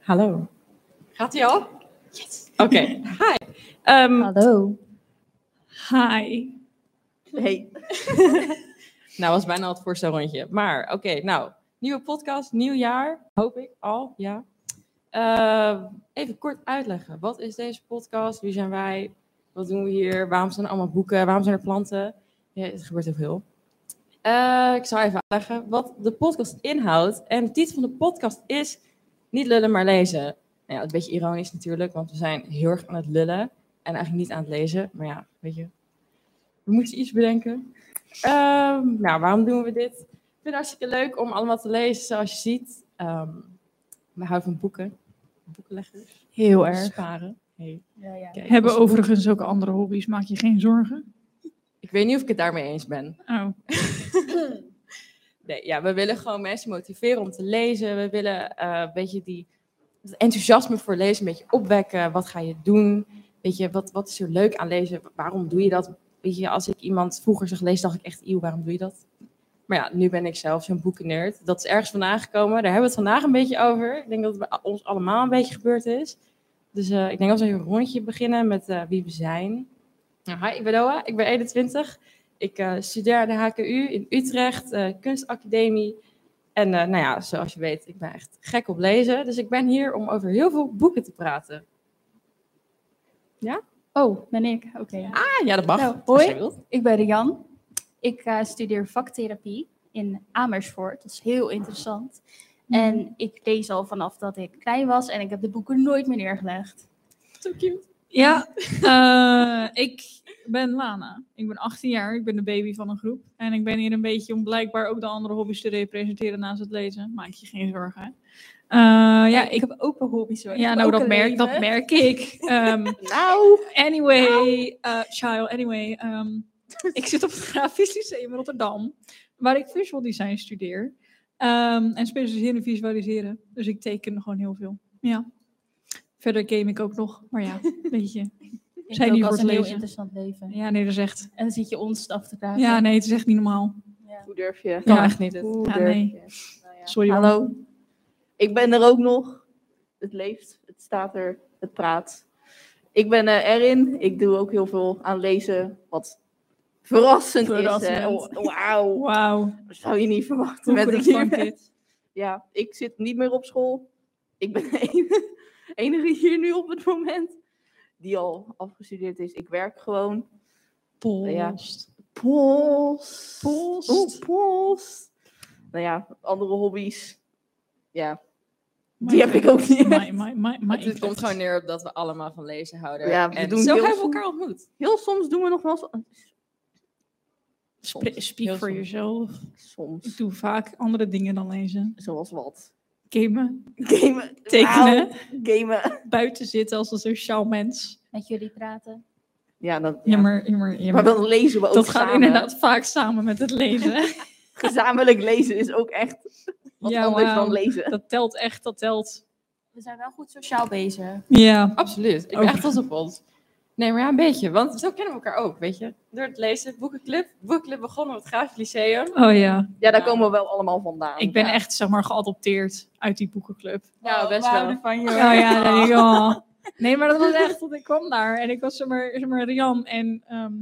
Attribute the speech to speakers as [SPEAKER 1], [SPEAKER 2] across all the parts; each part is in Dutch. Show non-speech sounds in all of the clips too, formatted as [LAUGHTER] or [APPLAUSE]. [SPEAKER 1] Hallo.
[SPEAKER 2] Gaat hij al? Yes. Oké. [LAUGHS] Hi. Ehm,
[SPEAKER 3] Hallo.
[SPEAKER 1] Hi.
[SPEAKER 3] Hey.
[SPEAKER 2] nou, was bijna al het voorstel rondje. Maar oké, nou, nieuwe podcast, nieuw jaar, hoop ik al, ja. Ehm, even kort uitleggen. Wat is deze podcast? Wie zijn wij? Wat doen we hier? Waarom zijn er allemaal boeken? Waarom zijn er planten? Ja, het gebeurt heel veel. Eh, ik zal even uitleggen wat de podcast inhoudt. En de titel van de podcast is Niet lullen, maar lezen. Nou ja, een beetje ironisch natuurlijk, want we zijn heel erg aan het lullen. En eigenlijk niet aan het lezen. Maar ja, weet je, we moesten iets bedenken. Ehm, nou, waarom doen we dit? Ik vind het hartstikke leuk om allemaal te lezen, zoals je ziet. Ehm, we houden van boeken. Boekenleggers.
[SPEAKER 1] Heel erg.
[SPEAKER 2] Sparen. Hey.
[SPEAKER 3] Ja, ja.
[SPEAKER 2] Kijk,
[SPEAKER 1] Hebben
[SPEAKER 2] als boek-
[SPEAKER 1] overigens ook andere hobby's, maak je geen zorgen.
[SPEAKER 2] Ik weet niet of ik het daarmee eens ben.
[SPEAKER 1] Oh,
[SPEAKER 2] Nee, ja, we willen gewoon mensen motiveren om te lezen. We willen eh, een beetje die, dat enthousiasme voor lezen een beetje opwekken. Wat ga je doen? Weet je, wat, wat is er leuk aan lezen? Waarom doe je dat? Weet je, als ik iemand vroeger zag lezen, dacht ik echt, eeuw, waarom doe je dat? Maar ja, nu ben ik zelf zo'n boekenerd. Dat is ergens vandaan gekomen. Daar hebben we het vandaag een beetje over. Ik denk dat het bij ons allemaal een beetje gebeurd is. Dus eh, ik denk dat we even een rondje beginnen met eh, wie we zijn. Nou, hi, ik ben Doa. Ik ben 21. Ik eh, studeer aan de HKU in Utrecht, eh, kunstacademie. En eh, nou ja, zoals je weet, ik ben echt gek op lezen. Dus ik ben hier om over heel veel boeken te praten.
[SPEAKER 3] Oh, ben ik. Oké.
[SPEAKER 2] Ah, ja, dat mag.
[SPEAKER 3] Nou,
[SPEAKER 2] als
[SPEAKER 3] hoi.
[SPEAKER 2] je wilt.
[SPEAKER 3] Ik ben Rian. Ik eh, studeer vaktherapie in Amersfoort. Dat is heel interessant.
[SPEAKER 1] Mm.
[SPEAKER 3] En ik lees al vanaf dat ik klein was en ik heb de boeken nooit meer neergelegd.
[SPEAKER 2] Zo cute.
[SPEAKER 1] Ja, [LAUGHS] eh, ik ben Lana. Ik ben 18 jaar, ik ben de baby van een groep. En ik ben hier een beetje om blijkbaar ook de andere hobby's te representeren naast het lezen. Maak je geen zorgen. hè? Eh, ja, ik,
[SPEAKER 3] heb ook wel hobby's hoor.
[SPEAKER 1] ja, nou, dat merk, dat merk [LAUGHS] ik. Ehm,
[SPEAKER 2] Nou.
[SPEAKER 1] anyway, eh, child, anyway. ehm, ik zit op het Grafisch Lyceum in Rotterdam, waar ik visual design studeer. Ehm, en specialiseer in visualiseren. Dus ik teken gewoon heel veel. Ja. Verder game ik ook nog, maar ja, weet je.
[SPEAKER 3] Ik
[SPEAKER 1] Zijn
[SPEAKER 3] ook
[SPEAKER 1] die
[SPEAKER 3] als een
[SPEAKER 1] voor het
[SPEAKER 3] heel
[SPEAKER 1] lezen?
[SPEAKER 3] interessant leven.
[SPEAKER 1] Ja, nee, dat is echt.
[SPEAKER 3] En dan zit je ons af te vragen.
[SPEAKER 1] Ja, nee, het is echt niet normaal.
[SPEAKER 4] Hoe durf je?
[SPEAKER 2] Kan
[SPEAKER 1] Ja.
[SPEAKER 2] echt niet.
[SPEAKER 4] Hoe
[SPEAKER 1] Ja,
[SPEAKER 4] durf
[SPEAKER 1] nee.
[SPEAKER 4] je? Nou ja.
[SPEAKER 1] Sorry. hoor.
[SPEAKER 4] Hallo. Ik ben er ook nog. Het leeft, het staat er, het praat. Ik ben eh, erin. Ik doe ook heel veel aan lezen. Wat verrassend, is. hè.
[SPEAKER 3] Verrassend.
[SPEAKER 4] Oh,
[SPEAKER 1] [LAUGHS]
[SPEAKER 4] Wauw.
[SPEAKER 1] Wauw.
[SPEAKER 4] Dat zou je niet verwachten
[SPEAKER 1] Hoe
[SPEAKER 4] met ik hier
[SPEAKER 1] verrassend
[SPEAKER 4] ben.
[SPEAKER 1] dit.
[SPEAKER 4] [LAUGHS] Ja, ik zit niet meer op school. Ik ben de enige, [LAUGHS] enige hier nu op het moment die al afgestudeerd is. Ik werk gewoon.
[SPEAKER 1] Post.
[SPEAKER 4] Post.
[SPEAKER 1] Post.
[SPEAKER 4] Oh, post. Nou ja, andere hobby's. Ja,
[SPEAKER 1] My-
[SPEAKER 4] die heb ik ook niet.
[SPEAKER 1] my- my- my- my
[SPEAKER 2] Het komt
[SPEAKER 1] interest.
[SPEAKER 2] gewoon neer op dat we allemaal van lezen houden.
[SPEAKER 4] Ja, we
[SPEAKER 2] en
[SPEAKER 4] doen
[SPEAKER 2] zo
[SPEAKER 4] heel
[SPEAKER 2] hebben we
[SPEAKER 4] veel-
[SPEAKER 2] elkaar ontmoet.
[SPEAKER 4] Heel soms doen we nog wel... s-
[SPEAKER 1] Spre- Speak
[SPEAKER 2] Heel
[SPEAKER 1] for
[SPEAKER 2] soms.
[SPEAKER 1] yourself. Ik
[SPEAKER 4] Soms.
[SPEAKER 1] doe vaak andere dingen dan lezen.
[SPEAKER 4] Zoals wat?
[SPEAKER 1] Gamen,
[SPEAKER 4] Gamen.
[SPEAKER 1] tekenen,
[SPEAKER 4] Wauw, gamen.
[SPEAKER 1] buiten zitten als een sociaal mens.
[SPEAKER 3] Met jullie praten.
[SPEAKER 4] Ja, dat, ja.
[SPEAKER 1] Jammer, jammer,
[SPEAKER 4] maar
[SPEAKER 1] jammer.
[SPEAKER 4] dan lezen we ook
[SPEAKER 1] dat gaat
[SPEAKER 4] samen.
[SPEAKER 1] inderdaad vaak samen met het
[SPEAKER 4] [LAUGHS]
[SPEAKER 1] lezen.
[SPEAKER 4] Gezamenlijk lezen is ook echt wat
[SPEAKER 1] Ja,
[SPEAKER 4] anders
[SPEAKER 1] wauw.
[SPEAKER 4] dan lezen.
[SPEAKER 1] dat telt echt, dat telt.
[SPEAKER 3] We zijn wel goed sociaal bezig.
[SPEAKER 1] Ja,
[SPEAKER 2] Absoluut. Ik ben
[SPEAKER 1] Ook.
[SPEAKER 2] echt trots op ons. Nee, maar ja, een beetje. Want zo kennen we elkaar ook, weet je. Door het lezen, boekenclub. Boekenclub begonnen op het Grafisch Lyceum.
[SPEAKER 1] oh ja.
[SPEAKER 4] Ja, daar
[SPEAKER 2] Ja.
[SPEAKER 4] komen we wel allemaal vandaan.
[SPEAKER 1] Ik ben echt, zeg maar, geadopteerd uit die boekenclub.
[SPEAKER 4] Oh
[SPEAKER 2] Nou, best wel.
[SPEAKER 3] van je.
[SPEAKER 1] Oh ja, nee,
[SPEAKER 4] [LAUGHS]
[SPEAKER 1] ja. Nee, maar dat was echt, want ik kwam daar en ik was zeg maar, zeg maar Rian en ehm,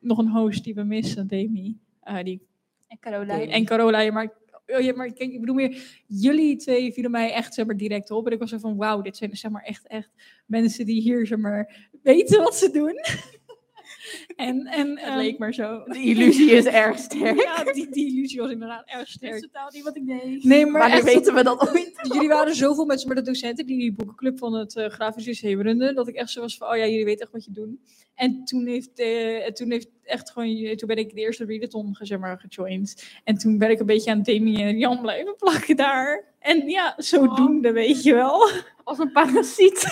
[SPEAKER 1] nog een host die we missen, Demi. Eh, die
[SPEAKER 3] En Caroline.
[SPEAKER 1] En Carola, maar, oh ja, maar kijk, ik bedoel meer, jullie twee vielen mij echt zeg maar, direct op. En ik was zo van, wauw, dit zijn zeg maar, echt, echt mensen die hier zeg maar, weten wat ze doen. [LAUGHS] en, en, ehm,
[SPEAKER 3] Het leek maar zo.
[SPEAKER 4] De illusie is erg sterk.
[SPEAKER 1] Ja, die, die illusie was inderdaad erg
[SPEAKER 3] Het is
[SPEAKER 1] sterk.
[SPEAKER 3] totaal niet wat ik deed.
[SPEAKER 1] Nee, [LAUGHS] maar
[SPEAKER 4] Wanneer
[SPEAKER 1] echt,
[SPEAKER 4] weten we dat ooit?
[SPEAKER 1] jullie waren zoveel mensen, maar de docenten die die boekenclub van het eh Grafisch Lyceum runden, dat ik echt zo was van, oh ja, jullie weten echt wat je doen. En toen heeft, eh, en toen heeft echt gewoon, eh, toen ben ik de eerste readathon ge- zeg maar, gejoind. En toen ben ik een beetje aan Demi en Jan blijven plakken daar. En ja, zodoende, weet je wel.
[SPEAKER 4] Als een parasiet.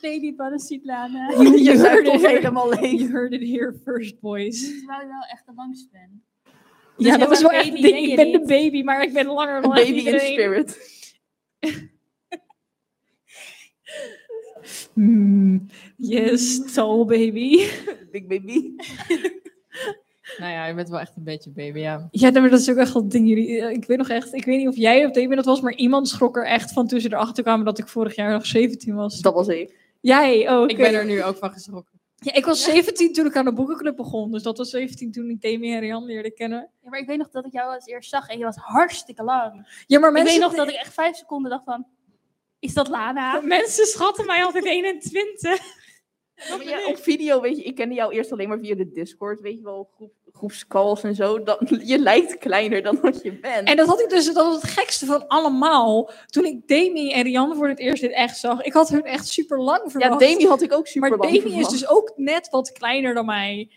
[SPEAKER 3] Baby parasiet Lana.
[SPEAKER 1] [LAUGHS] You,
[SPEAKER 4] [LAUGHS] Je
[SPEAKER 1] heard
[SPEAKER 4] zuigt
[SPEAKER 1] it
[SPEAKER 4] ons
[SPEAKER 1] here.
[SPEAKER 4] helemaal leeg.
[SPEAKER 1] You heard it here first, boys. Dus
[SPEAKER 3] Terwijl je wel echt de langste bent.
[SPEAKER 1] ja, dat was wel echt
[SPEAKER 3] baby
[SPEAKER 1] het
[SPEAKER 3] ben
[SPEAKER 1] ding.
[SPEAKER 3] je
[SPEAKER 1] Ik ben de
[SPEAKER 3] niet.
[SPEAKER 1] baby, maar ik ben langer dan echt
[SPEAKER 4] Baby in
[SPEAKER 1] iedereen.
[SPEAKER 4] spirit.
[SPEAKER 1] Hmm, yes, tall baby.
[SPEAKER 4] Big baby.
[SPEAKER 2] Nou ja, je bent wel echt een beetje baby, ja.
[SPEAKER 1] Ja, nou, maar dat is ook echt dat ding. Jullie, eh, ik weet nog echt, ik weet niet of jij op dat dat was, maar iemand schrok er echt van tussen de achterkamer dat ik vorig jaar nog 17 was.
[SPEAKER 4] Dat was ik.
[SPEAKER 1] Jij, oh, oké.
[SPEAKER 2] Ik ben er nu ook van geschrokken.
[SPEAKER 1] Ja, ik was 17 toen ik aan de boekenclub begon. Dus dat was 17 toen ik Demi en Rian leerde kennen.
[SPEAKER 3] Ja, maar ik weet nog dat ik jou als eerst zag en je was hartstikke lang.
[SPEAKER 1] Ja, maar
[SPEAKER 3] ik
[SPEAKER 1] mensen,
[SPEAKER 3] weet nog dat ik echt vijf seconden dacht van, is dat Lana?
[SPEAKER 1] [LAUGHS] mensen schatten mij altijd 21.
[SPEAKER 4] Maar ja, op video, weet je, ik kende jou eerst alleen maar via de Discord, weet je wel, groep, groepscalls en zo. Dan, [LAUGHS] je lijkt kleiner dan wat je bent.
[SPEAKER 1] En dat had ik dus, dat was het gekste van allemaal. Toen ik Demi en Rian voor het eerst dit echt zag, ik had hun echt super lang verwacht.
[SPEAKER 4] ja, Demi had ik ook super
[SPEAKER 1] maar Demi is dus ook net wat kleiner dan mij.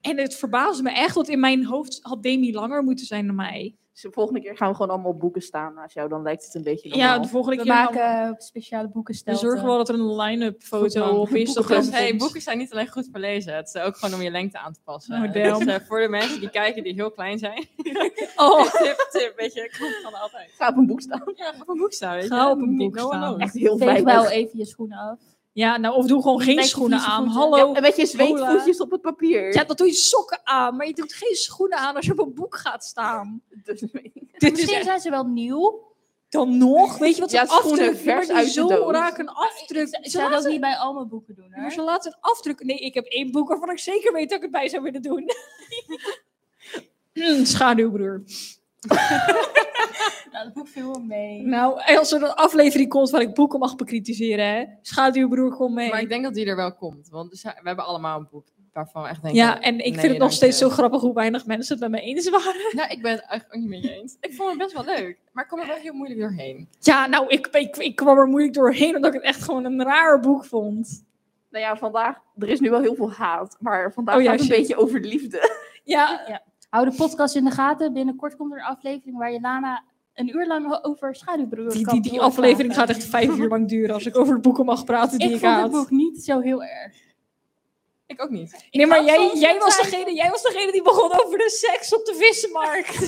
[SPEAKER 1] En het verbaasde me echt, want in mijn hoofd had Demi langer moeten zijn dan mij.
[SPEAKER 4] Dus de volgende keer gaan we gewoon allemaal boeken staan naast jou. Dan lijkt het een beetje normaal.
[SPEAKER 1] Ja, de volgende
[SPEAKER 3] We
[SPEAKER 1] keer
[SPEAKER 3] maken speciale eh,
[SPEAKER 1] we
[SPEAKER 3] boekenstelten.
[SPEAKER 1] zorgen wel dat er een line-up foto
[SPEAKER 4] Goed,
[SPEAKER 1] op Instagram
[SPEAKER 4] boekenkrant.
[SPEAKER 1] komt.
[SPEAKER 2] hey, boeken zijn niet alleen goed verlezen, het is ook gewoon om je lengte aan te passen.
[SPEAKER 1] Oh,
[SPEAKER 2] dus
[SPEAKER 1] damn.
[SPEAKER 2] eh, voor de mensen die kijken die heel klein zijn,
[SPEAKER 1] Oh,
[SPEAKER 2] [LAUGHS] tip, tip, weet je, komt dan altijd.
[SPEAKER 4] Ga op een boek staan.
[SPEAKER 2] Ja, op een boek staan, weet je.
[SPEAKER 1] Ga op een
[SPEAKER 2] Niet-
[SPEAKER 1] boek
[SPEAKER 2] no one
[SPEAKER 1] staan.
[SPEAKER 2] knows.
[SPEAKER 4] Echt heel
[SPEAKER 3] Veeg
[SPEAKER 4] veilig.
[SPEAKER 3] wel even je schoenen af.
[SPEAKER 1] [LAUGHS] Ja, nou, of doe gewoon geen
[SPEAKER 3] Met je
[SPEAKER 1] schoenen
[SPEAKER 3] vieze
[SPEAKER 1] aan.
[SPEAKER 3] voeten.
[SPEAKER 1] Hallo.
[SPEAKER 4] Ja, met je
[SPEAKER 1] Oh, Hola.
[SPEAKER 4] zweetvoetjes op het papier.
[SPEAKER 1] Ja, dan doe je sokken aan, maar je doet geen schoenen aan als je op een boek gaat staan.
[SPEAKER 4] Dus- [LAUGHS]
[SPEAKER 1] Dit is
[SPEAKER 3] Misschien
[SPEAKER 1] echt-
[SPEAKER 3] zijn ze wel nieuw.
[SPEAKER 1] dan nog, weet je wat
[SPEAKER 4] Ja,
[SPEAKER 1] een
[SPEAKER 4] schoenen
[SPEAKER 1] afdruk
[SPEAKER 4] vers
[SPEAKER 1] vers
[SPEAKER 4] uit de
[SPEAKER 1] zo
[SPEAKER 4] doos.
[SPEAKER 1] raak een afdruk.
[SPEAKER 3] Ik
[SPEAKER 1] Ze
[SPEAKER 3] zou dat
[SPEAKER 1] laten-
[SPEAKER 3] niet bij al mijn boeken doen.
[SPEAKER 1] maar [LAUGHS]
[SPEAKER 3] Hoor.
[SPEAKER 1] ze laten een afdruk. Nee, ik heb één boek waarvan ik zeker weet dat ik het bij zou willen doen. Hmm, Schaduwbroer.
[SPEAKER 3] Nou, dat boek viel wel mee.
[SPEAKER 1] Nou, als er een aflevering komt waar ik boeken mag bekritiseren, hè? Schaduwbroer, kom mee.
[SPEAKER 2] Maar ik denk dat die er wel komt, want er zijn- we hebben allemaal een boek waarvan we echt denken...
[SPEAKER 1] ja, en ik
[SPEAKER 2] nee,
[SPEAKER 1] vind het nog
[SPEAKER 2] dank
[SPEAKER 1] steeds
[SPEAKER 2] je.
[SPEAKER 1] zo grappig hoe weinig mensen het met me eens waren.
[SPEAKER 2] Nou, ik ben het eigenlijk ook niet mee eens. Ik vond het best wel leuk, maar ik kom er wel heel moeilijk doorheen.
[SPEAKER 1] Ja, nou, ik, ik, ik kwam er moeilijk doorheen omdat ik het echt gewoon een raar boek vond.
[SPEAKER 4] nou ja, vandaag, er is nu wel heel veel haat. Maar vandaag
[SPEAKER 1] Oh ja,
[SPEAKER 4] gaat het een
[SPEAKER 1] shit.
[SPEAKER 4] beetje over
[SPEAKER 1] [LAUGHS]
[SPEAKER 4] liefde.
[SPEAKER 1] Ja,
[SPEAKER 3] Hou de podcast in de gaten. Binnenkort komt er een aflevering waar je Lana een uur lang over schaduwbroer
[SPEAKER 1] die,
[SPEAKER 3] kan
[SPEAKER 1] die, die
[SPEAKER 3] doorpraten.
[SPEAKER 1] aflevering gaat echt vijf uur lang duren als ik over boeken mag praten die
[SPEAKER 3] Ik
[SPEAKER 1] ik,
[SPEAKER 3] vond
[SPEAKER 1] haat.
[SPEAKER 3] het boek niet zo heel erg.
[SPEAKER 2] Ik ook niet.
[SPEAKER 1] Nee, maar
[SPEAKER 3] had
[SPEAKER 1] jij,
[SPEAKER 3] soms
[SPEAKER 1] jij,
[SPEAKER 3] een
[SPEAKER 1] was
[SPEAKER 3] tijd-
[SPEAKER 1] degene, jij was degene die begon over de seks op de vissenmarkt.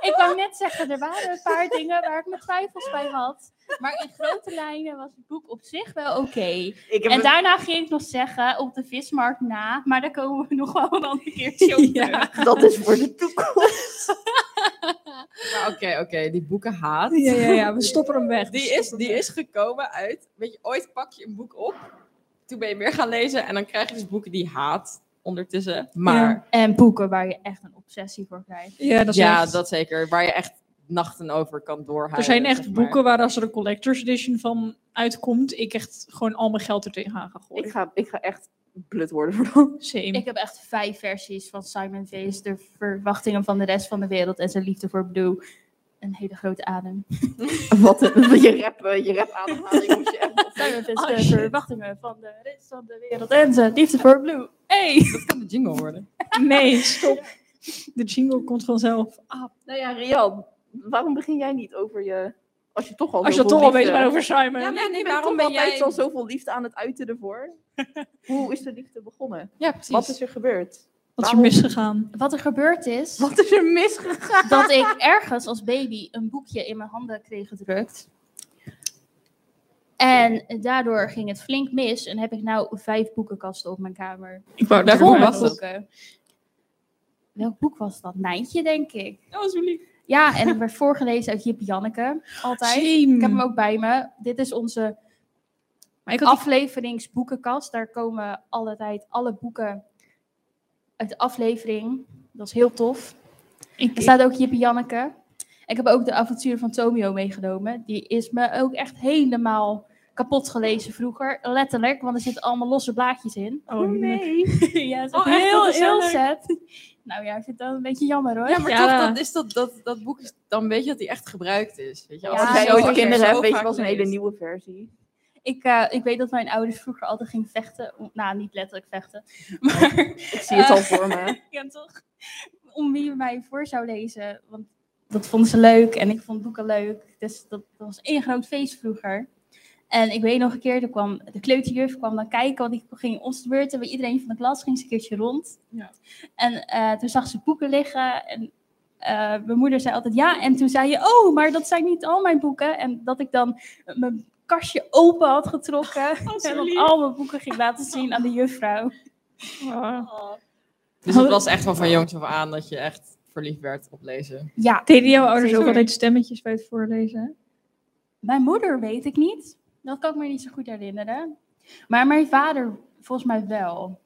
[SPEAKER 3] Ik wou net zeggen, er waren een paar [LAUGHS] dingen waar ik mijn twijfels bij had. Maar in grote lijnen was het boek op zich wel oké.
[SPEAKER 4] Ik heb
[SPEAKER 3] En
[SPEAKER 4] een-
[SPEAKER 3] daarna ging ik nog zeggen, op de vismarkt na. Maar daar komen we nog wel een andere keertje op
[SPEAKER 1] [LAUGHS] Ja.
[SPEAKER 3] terug.
[SPEAKER 4] Dat is voor
[SPEAKER 1] [LAUGHS]
[SPEAKER 4] de toekomst.
[SPEAKER 2] Maar oké, oké, die boeken haat.
[SPEAKER 1] Ja, ja, ja, we stoppen hem weg.
[SPEAKER 2] Die is, die is gekomen uit, weet je, ooit pak je een boek op, toen ben je weer gaan lezen en dan krijg je dus boeken die je haat ondertussen. Maar
[SPEAKER 3] En boeken waar je echt een obsessie voor krijgt.
[SPEAKER 1] Ja, dat
[SPEAKER 2] ja,
[SPEAKER 1] is
[SPEAKER 2] dat,
[SPEAKER 1] echt-
[SPEAKER 2] zeker, waar je echt nachten over kan doorhouden.
[SPEAKER 1] Er zijn echt
[SPEAKER 2] zeg maar.
[SPEAKER 1] boeken waar als er een collector's edition van uitkomt, ik echt gewoon al mijn geld er tegenaan ga
[SPEAKER 4] Ik
[SPEAKER 1] gooien.
[SPEAKER 4] ga, ik ga echt blut worden voor dat.
[SPEAKER 1] Same.
[SPEAKER 3] Ik heb echt vijf versies van Simon Vees, de verwachtingen van de rest van de wereld en zijn liefde voor Blue. Een hele grote adem.
[SPEAKER 4] [LAUGHS] Wat een, je rap, eh, je rap ademhaling moest je echt op.
[SPEAKER 3] Simon Vees,
[SPEAKER 1] Oh,
[SPEAKER 3] de
[SPEAKER 1] shit.
[SPEAKER 3] verwachtingen van de rest van de wereld en zijn liefde voor Blue. Hey!
[SPEAKER 2] Dat kan de jingle worden.
[SPEAKER 1] Nee, stop. De jingle komt vanzelf. Ah,
[SPEAKER 4] Nou ja, Rian, waarom begin jij niet over je... Als je toch al
[SPEAKER 1] als je
[SPEAKER 4] zoveel
[SPEAKER 1] toch al
[SPEAKER 4] liefde-
[SPEAKER 1] bezig bent over Simon.
[SPEAKER 2] Ja, maar-
[SPEAKER 4] Je
[SPEAKER 2] nee,
[SPEAKER 4] bent
[SPEAKER 2] waarom
[SPEAKER 4] toch
[SPEAKER 2] ben
[SPEAKER 4] altijd
[SPEAKER 2] jij-
[SPEAKER 4] al zoveel liefde aan het uiten ervoor? Hoe is de liefde begonnen?
[SPEAKER 2] Ja, precies.
[SPEAKER 4] Wat is er gebeurd?
[SPEAKER 1] Wat is er
[SPEAKER 4] waarom-
[SPEAKER 1] misgegaan?
[SPEAKER 3] Wat er gebeurd is,
[SPEAKER 4] Wat is er misgegaan?
[SPEAKER 3] dat ik ergens als baby een boekje in mijn handen kreeg gedrukt. En daardoor ging het flink mis en heb ik nou vijf boekenkasten op mijn kamer.
[SPEAKER 1] Ik wou
[SPEAKER 2] Daarvoor
[SPEAKER 3] Vol
[SPEAKER 2] was
[SPEAKER 3] met
[SPEAKER 2] het.
[SPEAKER 3] boeken. Welk boek was dat? Nijntje, denk ik.
[SPEAKER 2] Oh, zo lief.
[SPEAKER 3] Ja, en ik werd voorgelezen uit Jip Janneke. Altijd. Ik heb hem ook bij me. Dit is onze
[SPEAKER 1] Maar ik had
[SPEAKER 3] afleveringsboekenkast. Daar komen altijd alle boeken uit de aflevering. Dat is heel tof.
[SPEAKER 1] ik,
[SPEAKER 3] Er staat ook Jip Janneke. Ik heb ook de avonturen van Tomio meegenomen. Die is me ook echt helemaal kapot gelezen vroeger. Letterlijk, want er zitten allemaal losse blaadjes in.
[SPEAKER 1] oh,
[SPEAKER 3] [LAUGHS]
[SPEAKER 1] nee.
[SPEAKER 3] ja, dat is
[SPEAKER 2] Oh,
[SPEAKER 3] ook
[SPEAKER 2] echt?
[SPEAKER 3] heel,
[SPEAKER 2] Dat is
[SPEAKER 3] heel
[SPEAKER 2] heel
[SPEAKER 3] sad. Nou ja, ik vind dat een beetje jammer hoor.
[SPEAKER 2] Ja, maar
[SPEAKER 1] Ja.
[SPEAKER 2] toch, dat, is dat, dat, dat boek is, dan weet je dat die echt gebruikt is. Weet je,
[SPEAKER 3] Ja,
[SPEAKER 2] als
[SPEAKER 4] Als
[SPEAKER 2] je
[SPEAKER 3] jij
[SPEAKER 4] jij
[SPEAKER 2] zo
[SPEAKER 3] ooit
[SPEAKER 4] ooit
[SPEAKER 2] vaak-
[SPEAKER 4] kinderen
[SPEAKER 2] zo
[SPEAKER 4] hebt, weet je
[SPEAKER 2] vaak
[SPEAKER 4] wel, een hele
[SPEAKER 2] leest.
[SPEAKER 4] nieuwe versie.
[SPEAKER 3] Ik, eh, ik weet dat mijn ouders vroeger altijd gingen vechten. Om- nou, niet letterlijk vechten. Maar
[SPEAKER 4] Ik zie
[SPEAKER 2] Eh.
[SPEAKER 4] het al voor me.
[SPEAKER 3] ja, toch. Om wie mij voor zou lezen. Want dat vonden ze leuk en ik vond boeken leuk. Dus dat, dat was één groot feest vroeger. En ik weet nog een keer, er kwam, de kleuterjuf kwam dan kijken, want ik ging ons de beurt en bij iedereen van de klas ging ze een keertje rond.
[SPEAKER 2] Ja.
[SPEAKER 3] En eh, toen zag ze boeken liggen en eh, mijn moeder zei altijd ja. En toen zei je, oh, maar dat zijn niet al mijn boeken. En dat ik dan mijn kastje open had getrokken
[SPEAKER 1] Oh, zo
[SPEAKER 3] en dan
[SPEAKER 1] lief.
[SPEAKER 3] al mijn boeken ging laten zien aan de juffrouw.
[SPEAKER 1] Ah.
[SPEAKER 2] Dus het was echt wel van jongs af aan dat je echt verliefd werd op lezen.
[SPEAKER 3] Ja,
[SPEAKER 1] Deden jouw ouders ook
[SPEAKER 3] Zeker.
[SPEAKER 1] altijd stemmetjes bij het voorlezen?
[SPEAKER 3] mijn moeder weet ik niet. Dat kan ik me niet zo goed herinneren. Maar mijn vader volgens mij wel.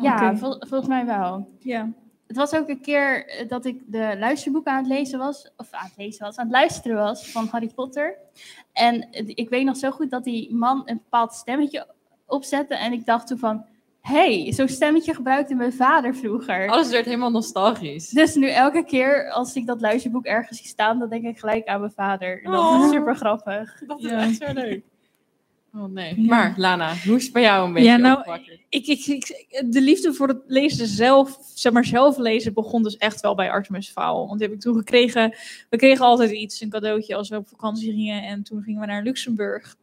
[SPEAKER 3] Ja,
[SPEAKER 1] Oké.
[SPEAKER 3] vol- volgens mij wel.
[SPEAKER 1] Ja.
[SPEAKER 3] Het was ook een keer eh, dat ik de luisterboeken aan het lezen was, of aan het lezen was, aan het luisteren was van Harry Potter. En eh, ik weet nog zo goed dat die man een bepaald stemmetje opzette en ik dacht toen van, hé, hey, zo'n stemmetje gebruikte mijn vader vroeger.
[SPEAKER 2] Alles werd helemaal nostalgisch.
[SPEAKER 3] Dus nu elke keer als ik dat luisterboek ergens zie staan, dan denk ik gelijk aan mijn vader. En Dat
[SPEAKER 2] Oh.
[SPEAKER 3] is super [LAUGHS] grappig.
[SPEAKER 2] Dat
[SPEAKER 1] is echt
[SPEAKER 2] zo leuk. [LAUGHS] Oh nee.
[SPEAKER 1] Ja.
[SPEAKER 2] Maar Lana, hoe is het bij jou een beetje
[SPEAKER 1] Ja, nou,
[SPEAKER 2] opgewakkerd?
[SPEAKER 1] Ik, ik, ik- de liefde voor het lezen zelf, zeg maar zelf lezen, begon dus echt wel bij Artemis Fowl. Want die heb ik toen gekregen. We kregen altijd iets, een cadeautje als we op vakantie gingen. En toen gingen we naar Luxemburg.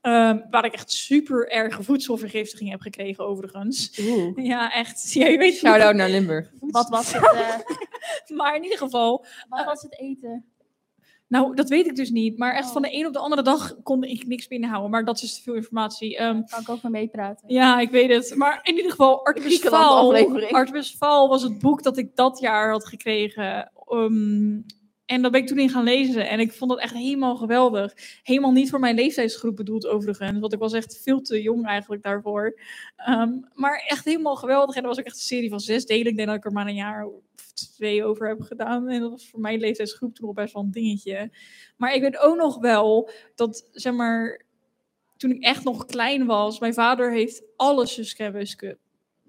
[SPEAKER 1] Ehm, waar ik echt super erge voedselvergiftiging heb gekregen, overigens. [LAUGHS]
[SPEAKER 2] Oeh.
[SPEAKER 1] Ja, echt. Ja, je weet hoe-
[SPEAKER 2] Shout-out naar Limburg.
[SPEAKER 3] Wat was het, eh,
[SPEAKER 1] [LAUGHS] Maar in ieder geval,
[SPEAKER 3] wat was het eten?
[SPEAKER 1] Nou, dat weet ik dus niet. Maar echt
[SPEAKER 3] Oh.
[SPEAKER 1] van de een op de andere dag kon ik niks binnenhouden. Maar dat is dus te veel informatie. Ehm,
[SPEAKER 3] Daar kan ik over meepraten.
[SPEAKER 1] ja, ik weet het. Maar in ieder geval, Artemis
[SPEAKER 4] Griekenland
[SPEAKER 1] Fowl.
[SPEAKER 4] aflevering.
[SPEAKER 1] Artemis Fowl was het boek dat ik dat jaar had gekregen. Ehm, en dat ben ik toen in gaan lezen. En ik vond het echt helemaal geweldig. Helemaal niet voor mijn leeftijdsgroep bedoeld overigens. Want ik was echt veel te jong eigenlijk daarvoor. Ehm, maar echt helemaal geweldig. En dat was ook echt een serie van zes delen. Ik denk dat ik er maar een jaar of twee over heb gedaan. En dat was voor mijn leeftijdsgroep toen al best wel een dingetje. Maar ik weet ook nog wel dat, zeg maar, toen ik echt nog klein was, mijn vader heeft alle Suske en Wiske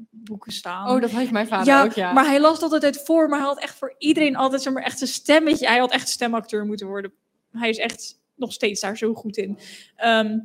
[SPEAKER 1] boeken staan.
[SPEAKER 2] [LAUGHS] Oh, dat heeft mijn vader ook, ja.
[SPEAKER 1] maar hij las dat altijd voor, maar hij had echt voor iedereen altijd zeg maar, echt een stemmetje. Hij had echt stemacteur moeten worden. Hij is echt nog steeds daar zo goed in. Ehm,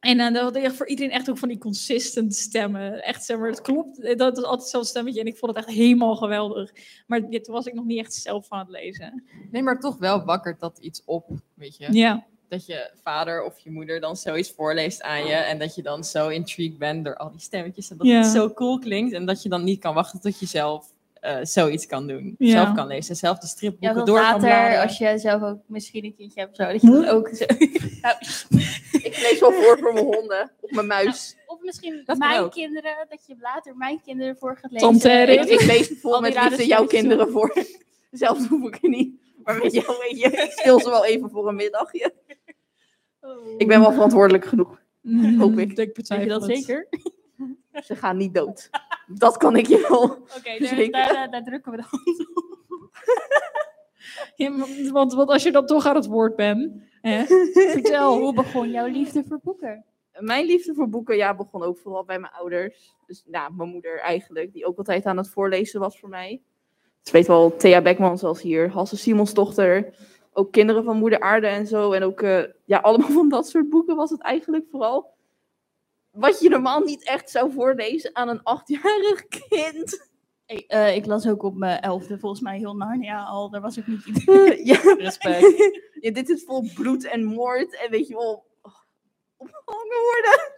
[SPEAKER 1] en eh, dan had hij echt voor iedereen echt ook van die consistent stemmen. Echt, zeg maar, het klopt. eh, Dat is altijd hetzelfde stemmetje. En ik vond het echt helemaal geweldig. Maar dit was ik nog niet echt zelf aan het lezen.
[SPEAKER 2] Nee, maar toch wel wakkert dat iets op, weet je.
[SPEAKER 1] Ja.
[SPEAKER 2] Dat je vader of je moeder dan zoiets voorleest aan je. En dat je dan zo intrigued bent door al die stemmetjes. En dat
[SPEAKER 1] Ja.
[SPEAKER 2] het zo cool klinkt. En dat je dan niet kan wachten tot je zelf eh, zoiets kan doen.
[SPEAKER 1] Ja.
[SPEAKER 2] Zelf kan lezen. Zelf de
[SPEAKER 3] Ja,
[SPEAKER 2] stripboeken
[SPEAKER 3] dat
[SPEAKER 2] door kan [LAUGHS]
[SPEAKER 3] later,
[SPEAKER 2] bladeren.
[SPEAKER 3] als je zelf ook misschien een kindje hebt, zo, dat je dat ook zo...
[SPEAKER 4] Ik lees wel voor voor mijn honden, op mijn
[SPEAKER 3] [LAUGHS]
[SPEAKER 4] muis.
[SPEAKER 3] Of misschien
[SPEAKER 2] Dat kan
[SPEAKER 3] mijn
[SPEAKER 2] ook.
[SPEAKER 3] kinderen, dat je later mijn kinderen voor gaat lezen.
[SPEAKER 1] Tante Erin.
[SPEAKER 4] Ik, ik lees vol
[SPEAKER 3] Al die
[SPEAKER 4] met
[SPEAKER 3] rare
[SPEAKER 4] liefde jouw
[SPEAKER 3] stemmetjes.
[SPEAKER 4] kinderen voor. Zelf hoef ik er niet. Maar met jou, weet je, ik stil ze wel even voor een middagje.
[SPEAKER 3] Oh.
[SPEAKER 4] Ik ben wel verantwoordelijk genoeg.
[SPEAKER 1] Mhm.
[SPEAKER 4] Hoop ik.
[SPEAKER 1] Ik
[SPEAKER 3] Weet je
[SPEAKER 1] betwijfel
[SPEAKER 3] dat
[SPEAKER 1] het.
[SPEAKER 3] zeker?
[SPEAKER 4] Ze gaan niet dood. Dat kan ik je wel.
[SPEAKER 3] Oké, [LAUGHS] daar,
[SPEAKER 4] Zeker.
[SPEAKER 3] daar, daar- daar drukken we dan.
[SPEAKER 1] Ja, want, want, want als je dan toch aan het woord bent, hè,
[SPEAKER 4] [LAUGHS]
[SPEAKER 1] vertel.
[SPEAKER 3] Hoe begon jouw liefde voor boeken?
[SPEAKER 4] Mijn liefde voor boeken ja, begon ook vooral bij mijn ouders. Dus nou, mijn moeder eigenlijk, die ook altijd aan het voorlezen was voor mij. Het weet wel Thea Beckman zoals hier, Hasse Simons dochter. Ook kinderen van moeder aarde en zo. En ook eh, ja, allemaal van dat soort boeken was het eigenlijk vooral. Wat je normaal niet echt zou voorlezen aan een achtjarig kind.
[SPEAKER 3] Ik, eh, ik las ook op mijn elfde volgens mij heel Narnia al. Daar was ik niet
[SPEAKER 4] [LAUGHS] ja.
[SPEAKER 2] Respect. [LAUGHS]
[SPEAKER 4] ja, dit is vol bloed en moord en weet je wel, oh, opgehangen worden.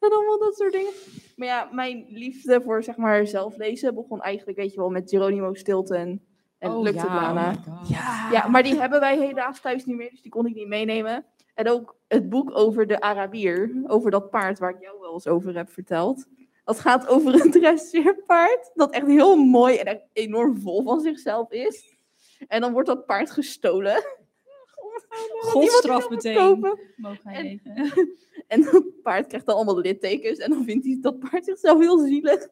[SPEAKER 4] En allemaal dat soort dingen. Maar ja, mijn liefde voor zeg maar zelf lezen begon eigenlijk, weet je wel, met Geronimo Stilton en
[SPEAKER 2] Oh,
[SPEAKER 4] Lukt het
[SPEAKER 2] ja,
[SPEAKER 4] Lana.
[SPEAKER 2] oh my God.
[SPEAKER 1] Ja.
[SPEAKER 4] Ja, maar die hebben wij helaas thuis niet meer, dus die kon ik niet meenemen. En ook het boek over de Arabier,
[SPEAKER 1] Mhm.
[SPEAKER 4] over dat paard waar ik jou wel eens over heb verteld. Dat gaat over een dresseerpaard dat echt heel mooi en echt enorm vol van zichzelf is. En dan wordt dat paard gestolen.
[SPEAKER 1] Godstraf meteen.
[SPEAKER 4] Kopen.
[SPEAKER 3] mogen wij
[SPEAKER 4] En-
[SPEAKER 3] weten.
[SPEAKER 4] En dat paard krijgt dan allemaal littekens en dan vindt hij dat paard zichzelf heel zielig.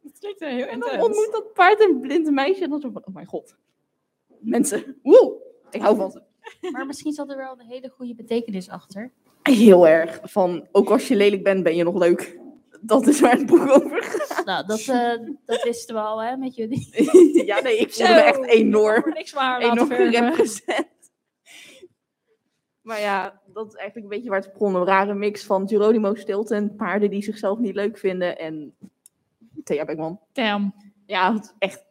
[SPEAKER 2] Dat klinkt wel heel
[SPEAKER 4] En dan
[SPEAKER 2] intens.
[SPEAKER 4] ontmoet dat paard een blind meisje en dan zo van, oh mijn god. Mensen, woe, ik hou van ze.
[SPEAKER 3] [LAUGHS] Maar misschien zat er wel een hele goede betekenis achter.
[SPEAKER 4] Heel erg. Van, ook als je lelijk bent, ben je nog leuk. Dat is waar het boek over gaat.
[SPEAKER 3] Nou, dat, eh, [LAUGHS] dat wisten we al, hè, met jullie.
[SPEAKER 4] ja, nee, ik voelde me
[SPEAKER 1] [LAUGHS]
[SPEAKER 4] echt
[SPEAKER 1] Voor
[SPEAKER 4] enorm,
[SPEAKER 1] niks waar laten
[SPEAKER 4] enorm
[SPEAKER 1] verven.
[SPEAKER 4] gerepresent. Maar ja, dat is eigenlijk een beetje waar het begon. Een rare mix van Geronimo Stilton, paarden die zichzelf niet leuk vinden en Thea Beckman.
[SPEAKER 1] Damn.
[SPEAKER 4] Ja, het is echt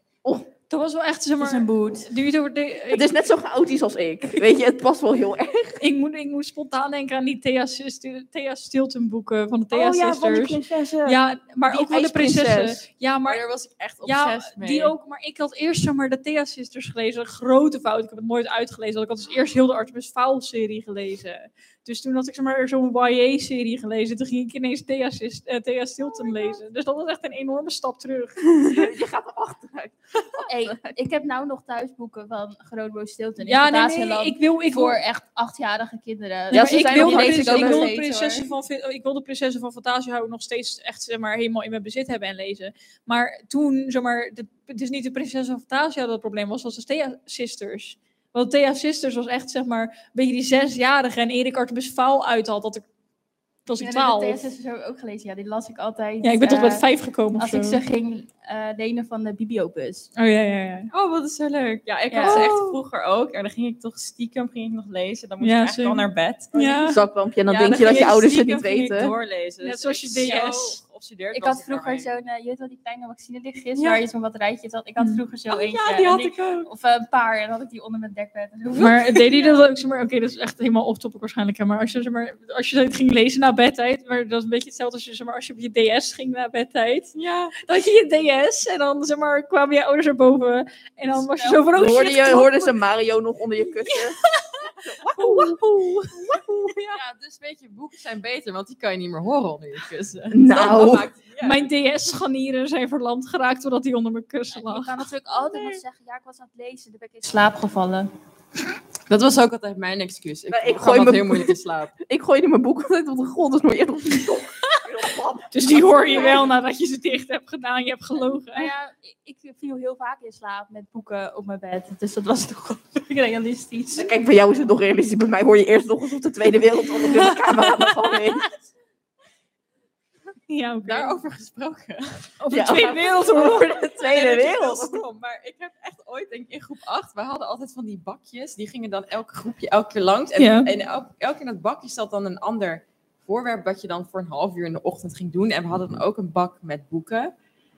[SPEAKER 1] Dat was wel echt, zeg maar...
[SPEAKER 3] een boot.
[SPEAKER 1] Nu je het over de-
[SPEAKER 4] Het is net zo chaotisch als ik. Weet je, het past wel heel erg.
[SPEAKER 1] ik, moet, ik moet spontaan denken aan die Thea, Sist- Thea Stilton boeken
[SPEAKER 4] Oh
[SPEAKER 1] Oh van de Thea Sisters.
[SPEAKER 4] prinsessen.
[SPEAKER 1] Ja, maar
[SPEAKER 4] Die
[SPEAKER 1] ook van de
[SPEAKER 4] ijsprinses.
[SPEAKER 1] prinsessen. Ja,
[SPEAKER 2] Maar
[SPEAKER 1] maar
[SPEAKER 2] daar was ik echt
[SPEAKER 1] ja,
[SPEAKER 2] obsessief mee.
[SPEAKER 1] die ook. Maar ik had eerst zomaar de Thea Sisters gelezen. Een grote fout. Ik heb het nooit uitgelezen. Want ik had dus eerst heel de Artemis Fowl-serie gelezen. Dus toen had ik zomaar zo'n YA-serie gelezen. Toen ging ik ineens Thea, Sis- eh, Thea Stilton lezen. Dus dat was echt een enorme stap terug.
[SPEAKER 4] Je gaat erachteruit.
[SPEAKER 1] [LAUGHS]
[SPEAKER 3] Hey, ik heb nou nog thuisboeken van Grootboos Stilte. in
[SPEAKER 1] Ja, nee, nee,
[SPEAKER 3] Fantasialand
[SPEAKER 1] ik wil... Ik
[SPEAKER 3] voor
[SPEAKER 1] wil
[SPEAKER 3] echt achtjarige kinderen.
[SPEAKER 4] Ja,
[SPEAKER 1] maar
[SPEAKER 4] ze
[SPEAKER 1] ik
[SPEAKER 4] zijn
[SPEAKER 1] wil,
[SPEAKER 4] nog
[SPEAKER 1] de
[SPEAKER 4] niet
[SPEAKER 1] prins-
[SPEAKER 4] eens
[SPEAKER 1] ik,
[SPEAKER 4] ook
[SPEAKER 1] wil de
[SPEAKER 4] steeds,
[SPEAKER 1] prinsessen van, Vin- ik wil de prinsessen van Fantasiehouden nog steeds echt zeg maar, helemaal in mijn bezit hebben en lezen. Maar toen, zeg maar, de, het is niet de prinses van Fantasia dat het probleem was, was de Thea Sisters. Want Thea Sisters was echt zeg maar, een beetje die zesjarige en Erik Artemis faal uit had. Dat ik, toen was ik
[SPEAKER 3] De
[SPEAKER 1] twaalf.
[SPEAKER 3] TSS heb ik ook gelezen. Ja, die las ik altijd.
[SPEAKER 1] Ja, ik ben tot
[SPEAKER 3] eh,
[SPEAKER 1] met vijf gekomen of
[SPEAKER 3] Als
[SPEAKER 1] zo.
[SPEAKER 3] ik ze ging eh, lenen van de bibliobus.
[SPEAKER 1] Oh ja, ja, ja.
[SPEAKER 2] Oh, wat is zo leuk. Ja, ik
[SPEAKER 3] Ja.
[SPEAKER 2] had ze echt
[SPEAKER 1] Oh.
[SPEAKER 2] vroeger ook. En dan ging ik toch stiekem ging ik nog lezen. Dan moest
[SPEAKER 1] Ja,
[SPEAKER 2] ik echt
[SPEAKER 1] same.
[SPEAKER 2] al naar bed.
[SPEAKER 3] Oh,
[SPEAKER 1] ja.
[SPEAKER 4] Zakwampje. En dan
[SPEAKER 2] Ja,
[SPEAKER 4] denk je
[SPEAKER 2] ging
[SPEAKER 4] dat je
[SPEAKER 2] ik
[SPEAKER 4] ouders het niet
[SPEAKER 2] stiekem ging ik
[SPEAKER 4] weten.
[SPEAKER 2] doorlezen.
[SPEAKER 1] Net
[SPEAKER 2] Dus
[SPEAKER 1] zoals
[SPEAKER 2] ik
[SPEAKER 1] je DS.
[SPEAKER 2] zo geobsedeerd
[SPEAKER 3] Ik
[SPEAKER 2] was
[SPEAKER 3] had vroeger
[SPEAKER 2] daarmee.
[SPEAKER 3] zo'n, eh, je weet wel, die kleine vaccinelichtjes
[SPEAKER 2] Ja.
[SPEAKER 3] waar je zo'n batterijtje zat. Ik had
[SPEAKER 1] Mm.
[SPEAKER 3] vroeger zo
[SPEAKER 2] Oh,
[SPEAKER 3] eentje.
[SPEAKER 2] ja, die
[SPEAKER 3] en
[SPEAKER 2] had
[SPEAKER 3] die-
[SPEAKER 2] ik ook.
[SPEAKER 3] Of eh, een paar, en dan had ik die onder mijn dekbed. En zo.
[SPEAKER 1] Maar deed hij dat ook? zeg maar, Oké, dat is echt helemaal off-topic waarschijnlijk. hè, Maar als je, zeg maar, als je het ging lezen na bedtijd, maar dat is een beetje hetzelfde als je, zeg maar, als je op je DS ging na bedtijd.
[SPEAKER 2] Ja.
[SPEAKER 1] Dan had je je DS en dan zeg maar, kwamen je ouders erboven. En dan was je zo van, oh
[SPEAKER 4] Hoorde,
[SPEAKER 1] shit,
[SPEAKER 4] je,
[SPEAKER 1] klopt.
[SPEAKER 4] hoorden ze Mario nog onder je kussen?
[SPEAKER 2] Ja, dus weet je, boeken zijn beter, want die kan je niet meer horen onder je kussen.
[SPEAKER 4] Nou.
[SPEAKER 2] Dat maakt niet uit.
[SPEAKER 1] Mijn DS-scharnieren zijn verlamd geraakt doordat hij onder mijn kussen
[SPEAKER 3] En je
[SPEAKER 1] lag.
[SPEAKER 3] kan natuurlijk altijd nog zeggen, ja, ik was aan het lezen, dan ben ik in slaap gevallen.
[SPEAKER 2] Dat was ook altijd mijn excuus. Ik,
[SPEAKER 4] Maar Nou, ik
[SPEAKER 2] ik
[SPEAKER 4] gooi
[SPEAKER 2] gooi me
[SPEAKER 4] mijn-
[SPEAKER 2] heel moeilijk in slaap.
[SPEAKER 4] Ik gooide mijn boek [LAUGHS] altijd op de grond, dus moet je op de stok. Heel pap.
[SPEAKER 1] Dus die hoor je wel nadat je ze dicht hebt gedaan. Je hebt gelogen.
[SPEAKER 3] Nou ja, ik, ik viel heel vaak in slaap met boeken op mijn bed. Dus dat was toch wel [LAUGHS] realistisch.
[SPEAKER 4] Kijk, bij jou is het nog realistisch. Bij mij hoor je eerst nog eens op de Tweede Wereldoorlog in de camera nog al in.
[SPEAKER 1] Ja, oké.
[SPEAKER 2] Daarover gesproken.
[SPEAKER 1] Over
[SPEAKER 4] Ja.
[SPEAKER 1] de Tweede Wereldoorlog.
[SPEAKER 4] Over de Tweede
[SPEAKER 2] Nee, dat is heel
[SPEAKER 4] Wereldoorlog.
[SPEAKER 2] stom, maar ik heb echt ooit, denk ik, in groep 8, we hadden altijd van die bakjes. Die gingen dan elk groepje elke keer langs. En,
[SPEAKER 1] Ja.
[SPEAKER 2] en elk, elk in dat bakje zat dan een ander voorwerp dat je dan voor een half uur in de ochtend ging doen. En we hadden dan ook een bak met boeken.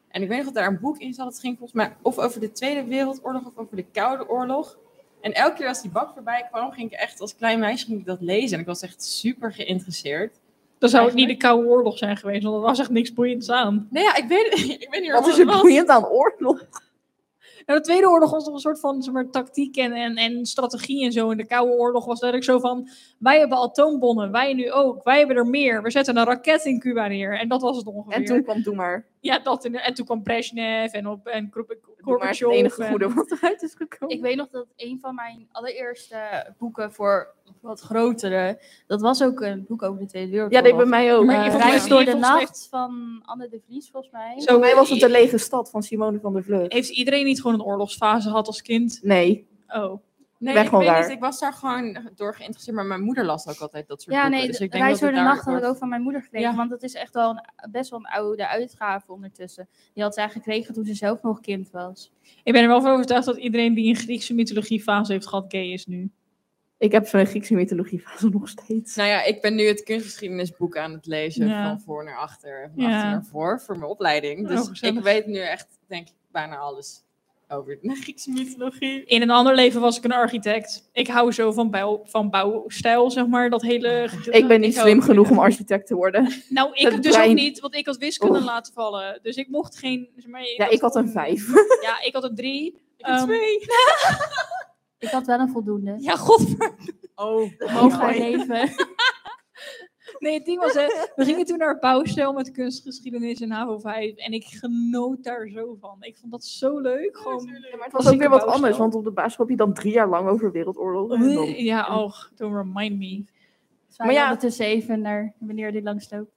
[SPEAKER 2] En ik weet nog dat daar een boek in zat. Het ging volgens mij of over de Tweede Wereldoorlog of over de Koude Oorlog. En elke keer als die bak voorbij kwam, ging ik echt als klein meisje ging ik dat lezen. En ik was echt super geïnteresseerd.
[SPEAKER 1] Dan zou het niet de Koude Oorlog zijn geweest, want er was echt niks boeiends aan.
[SPEAKER 2] Nou ja, ik weet, [LAUGHS] ik weet niet
[SPEAKER 4] Wat
[SPEAKER 2] wat
[SPEAKER 4] is
[SPEAKER 2] het
[SPEAKER 4] er
[SPEAKER 2] was.
[SPEAKER 4] boeiend aan oorlog?
[SPEAKER 1] Nou, de Tweede Oorlog was nog een soort van zeg maar, tactiek en, en, en strategie en zo. En de Koude Oorlog was duidelijk zo van... wij hebben atoombommen, wij nu ook, wij hebben er meer. We zetten een raket in Cuba neer. En dat was het ongeveer.
[SPEAKER 4] En toen kwam Doe maar.
[SPEAKER 1] Ja, dat. En, en toen kwam Brezhnev en, op, en Kor-
[SPEAKER 4] Doe maar is het
[SPEAKER 1] Gorbachev.
[SPEAKER 4] enige
[SPEAKER 1] en-
[SPEAKER 4] goede wat eruit is gekomen.
[SPEAKER 3] Ik weet nog dat een van mijn allereerste boeken voor wat grotere, dat was ook een boek over de Tweede
[SPEAKER 4] Ja,
[SPEAKER 3] Wereldoorlog.
[SPEAKER 4] nee, bij mij ook.
[SPEAKER 1] Maar
[SPEAKER 3] Eh,
[SPEAKER 1] volgens mij
[SPEAKER 3] Reis
[SPEAKER 1] is
[SPEAKER 3] door
[SPEAKER 1] die-
[SPEAKER 3] de
[SPEAKER 1] volgens mij-
[SPEAKER 3] Nacht van Anne de Vries, volgens mij.
[SPEAKER 1] Zo,
[SPEAKER 4] Bij mij was het de lege stad van Simone van der Vleut.
[SPEAKER 1] Heeft iedereen niet gewoon een oorlogsfase gehad als kind?
[SPEAKER 4] Nee.
[SPEAKER 1] Oh.
[SPEAKER 2] Nee,
[SPEAKER 4] ben
[SPEAKER 2] ik
[SPEAKER 4] gewoon
[SPEAKER 2] weet
[SPEAKER 4] raar.
[SPEAKER 2] niet. Ik was daar gewoon door geïnteresseerd. Maar mijn moeder las ook altijd dat soort
[SPEAKER 3] Ja,
[SPEAKER 2] boeken.
[SPEAKER 3] nee,
[SPEAKER 2] dus ik denk
[SPEAKER 3] Reis
[SPEAKER 2] dat
[SPEAKER 3] door
[SPEAKER 2] het
[SPEAKER 3] de
[SPEAKER 2] daar
[SPEAKER 3] Nacht had ik
[SPEAKER 2] wordt-
[SPEAKER 3] ook van mijn moeder gekregen.
[SPEAKER 2] Ja.
[SPEAKER 3] Want dat is echt wel een, best wel een oude uitgave ondertussen. Die had zij gekregen toen ze zelf nog kind was.
[SPEAKER 1] Ik ben er wel van overtuigd dat iedereen die een Griekse mythologie fase heeft gehad gay is nu.
[SPEAKER 4] Ik heb van de Griekse mythologie [LAUGHS] fase nog steeds.
[SPEAKER 2] Nou ja, ik ben nu het kunstgeschiedenisboek aan het lezen.
[SPEAKER 1] Ja.
[SPEAKER 2] Van voor naar achter. en Van achter
[SPEAKER 1] Ja.
[SPEAKER 2] naar voor. Voor mijn opleiding. Dus
[SPEAKER 1] Oh, gezellig.
[SPEAKER 2] ik weet nu echt, denk ik, bijna alles over de Griekse mythologie.
[SPEAKER 1] In een ander leven was ik een architect. Ik hou zo van, bouw, van bouwstijl, zeg maar. Dat hele...
[SPEAKER 4] Ik ben niet
[SPEAKER 1] ook.
[SPEAKER 4] slim genoeg om architect te worden.
[SPEAKER 1] Nou, ik
[SPEAKER 4] Het
[SPEAKER 1] dus
[SPEAKER 4] brein.
[SPEAKER 1] ook niet, want ik had wiskunde
[SPEAKER 4] Oeh.
[SPEAKER 1] laten vallen. Dus ik mocht geen... zeg maar,
[SPEAKER 4] Ja, ik had een vijf.
[SPEAKER 1] Ja, ik had een drie.
[SPEAKER 2] Ik heb
[SPEAKER 1] Ehm,
[SPEAKER 2] twee.
[SPEAKER 3] Ik had wel een voldoende.
[SPEAKER 1] Ja, godver...
[SPEAKER 2] Oh,
[SPEAKER 3] Mogen
[SPEAKER 4] mooi.
[SPEAKER 3] wij leven.
[SPEAKER 1] Nee, het ding was, hè, we gingen toen naar Bouwstel met kunstgeschiedenis in HAVO 5. En ik genoot daar zo van. Ik vond dat zo leuk. Gewoon...
[SPEAKER 4] Maar
[SPEAKER 1] was
[SPEAKER 4] het was ook
[SPEAKER 1] ik
[SPEAKER 4] weer
[SPEAKER 1] een
[SPEAKER 4] wat anders,
[SPEAKER 1] bouwstel.
[SPEAKER 4] want op de basisschool heb je dan drie jaar lang over wereldoorlogen. En dan-
[SPEAKER 1] Ja, och, don't remind me.
[SPEAKER 3] maar ja, ondertussen even naar wanneer dit langs loopt.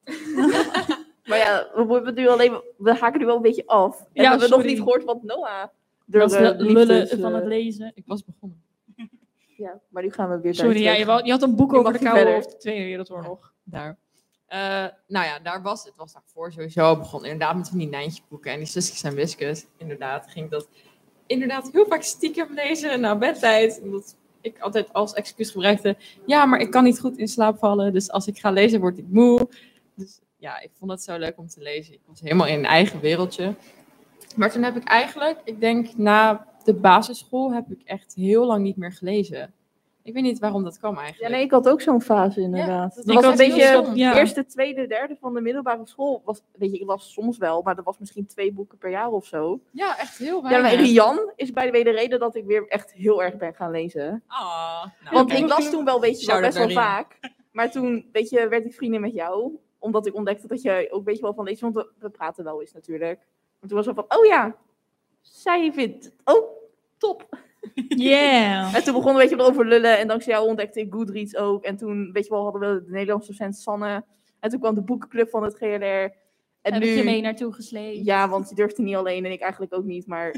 [SPEAKER 4] Maar ja, we, moeten nu alleen, we haken nu wel een beetje af. En
[SPEAKER 1] Ja,
[SPEAKER 4] we hebben nog
[SPEAKER 1] sorry.
[SPEAKER 4] niet gehoord wat Noah...
[SPEAKER 3] Dat is
[SPEAKER 4] eh,
[SPEAKER 3] de lullen
[SPEAKER 4] liefdes,
[SPEAKER 3] van het
[SPEAKER 4] eh,
[SPEAKER 3] lezen.
[SPEAKER 2] ik was begonnen.
[SPEAKER 4] Ja, maar nu gaan we weer
[SPEAKER 1] Sorry, ja,
[SPEAKER 4] daar
[SPEAKER 1] je, wa- je had een boek
[SPEAKER 4] Je
[SPEAKER 1] over
[SPEAKER 4] mag
[SPEAKER 1] de
[SPEAKER 4] niet
[SPEAKER 1] Koude
[SPEAKER 4] verder.
[SPEAKER 1] Oorlog, de Tweede Wereldoorlog.
[SPEAKER 2] Daar. Eh, nou ja, daar was het. was daarvoor sowieso al begonnen. Inderdaad, met van die Nijntje-boeken en die zusjes en wiskus. Inderdaad, ging ik dat inderdaad heel vaak stiekem lezen na bedtijd. Omdat ik altijd als excuus gebruikte: ja, maar ik kan niet goed in slaap vallen. Dus als ik ga lezen, word ik moe. Dus ja, ik vond het zo leuk om te lezen. Ik was helemaal in een eigen wereldje. Maar toen heb ik eigenlijk, ik denk na de basisschool heb ik echt heel lang niet meer gelezen. Ik weet niet waarom dat kwam
[SPEAKER 4] Ja,
[SPEAKER 2] eigenlijk.
[SPEAKER 4] nee, ik had ook zo'n fase inderdaad.
[SPEAKER 2] dat
[SPEAKER 4] dat
[SPEAKER 2] was
[SPEAKER 4] was een
[SPEAKER 2] echt heel
[SPEAKER 4] beetje
[SPEAKER 2] stom,
[SPEAKER 1] ja.
[SPEAKER 4] eerste, tweede, derde van de middelbare school. Was, weet je, ik las soms wel, maar dat was misschien twee boeken per jaar of zo.
[SPEAKER 2] Ja, echt heel
[SPEAKER 4] Ja,
[SPEAKER 2] weinig.
[SPEAKER 4] maar Rian is bij de weer de reden dat ik weer echt heel erg ben gaan lezen.
[SPEAKER 2] Ah, nou,
[SPEAKER 4] Want
[SPEAKER 2] kijk.
[SPEAKER 4] ik las toen wel, weet je wel,
[SPEAKER 2] Shout-out
[SPEAKER 4] best wel
[SPEAKER 2] naar Rian.
[SPEAKER 4] vaak. Maar toen, weet je, werd ik vrienden met jou. Omdat ik ontdekte dat je ook, weet je wel, van lezen. Want we, we praten wel eens natuurlijk. Maar toen was het van, oh ja, zij vindt het ook top.
[SPEAKER 1] [LAUGHS] Yeah.
[SPEAKER 4] En toen begonnen we een beetje erover lullen. En dankzij jou ontdekte ik Goodreads ook. En toen, weet je wel, hadden we de Nederlandse docent Sanne. En toen kwam de boekenclub van het GLR. En
[SPEAKER 3] Heb ik
[SPEAKER 4] nu...
[SPEAKER 3] je mee naartoe gesleept?
[SPEAKER 4] Ja, want je durfde niet alleen en ik eigenlijk ook niet. Maar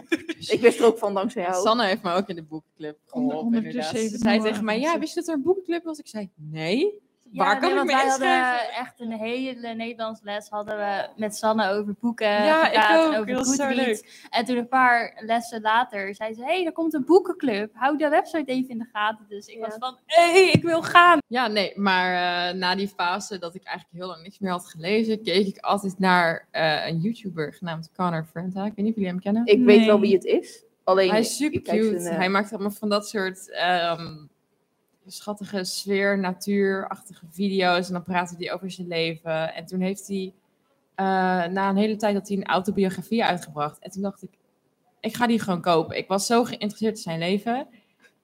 [SPEAKER 4] ik wist er ook van dankzij jou.
[SPEAKER 2] Sanne heeft me ook in de boekclub geholpen.
[SPEAKER 1] Onder-
[SPEAKER 2] inderdaad. Ze
[SPEAKER 1] 170
[SPEAKER 2] zei tegen mij,
[SPEAKER 1] mensen.
[SPEAKER 2] ja, wist je dat er een boekclub was? Ik zei, nee.
[SPEAKER 3] Ja,
[SPEAKER 2] Waar kan
[SPEAKER 3] nee,
[SPEAKER 2] ik
[SPEAKER 3] want
[SPEAKER 2] me
[SPEAKER 3] wij
[SPEAKER 2] inschrijven?
[SPEAKER 3] hadden echt een hele Nederlands les hadden we met Sanne over boeken
[SPEAKER 2] Ja, ik
[SPEAKER 3] gepraat
[SPEAKER 2] ook.
[SPEAKER 3] en over
[SPEAKER 2] Dat was zo
[SPEAKER 3] Goodreads. En toen een paar lessen later zei ze, hé, hey, er komt een boekenclub. Hou de website even in de gaten. Dus ik
[SPEAKER 4] Ja.
[SPEAKER 3] was van, hé, hey, ik wil gaan.
[SPEAKER 2] Ja, nee, maar eh, na die fase dat ik eigenlijk heel lang niks meer had gelezen, keek ik altijd naar eh, een YouTuber genaamd Connor Frenta. Ik weet niet of jullie hem kennen.
[SPEAKER 4] Ik weet
[SPEAKER 1] Nee.
[SPEAKER 4] wel wie het is. Alleen,
[SPEAKER 2] Hij is super
[SPEAKER 4] ik kijk zijn,
[SPEAKER 2] cute.
[SPEAKER 4] eh,
[SPEAKER 2] Hij maakt allemaal van dat soort ehm, schattige sfeer, natuurachtige video's. En dan praat hij over zijn leven. En toen heeft hij, eh, na een hele tijd, dat hij een autobiografie uitgebracht. En toen dacht ik, ik ga die gewoon kopen. Ik was zo geïnteresseerd in zijn leven.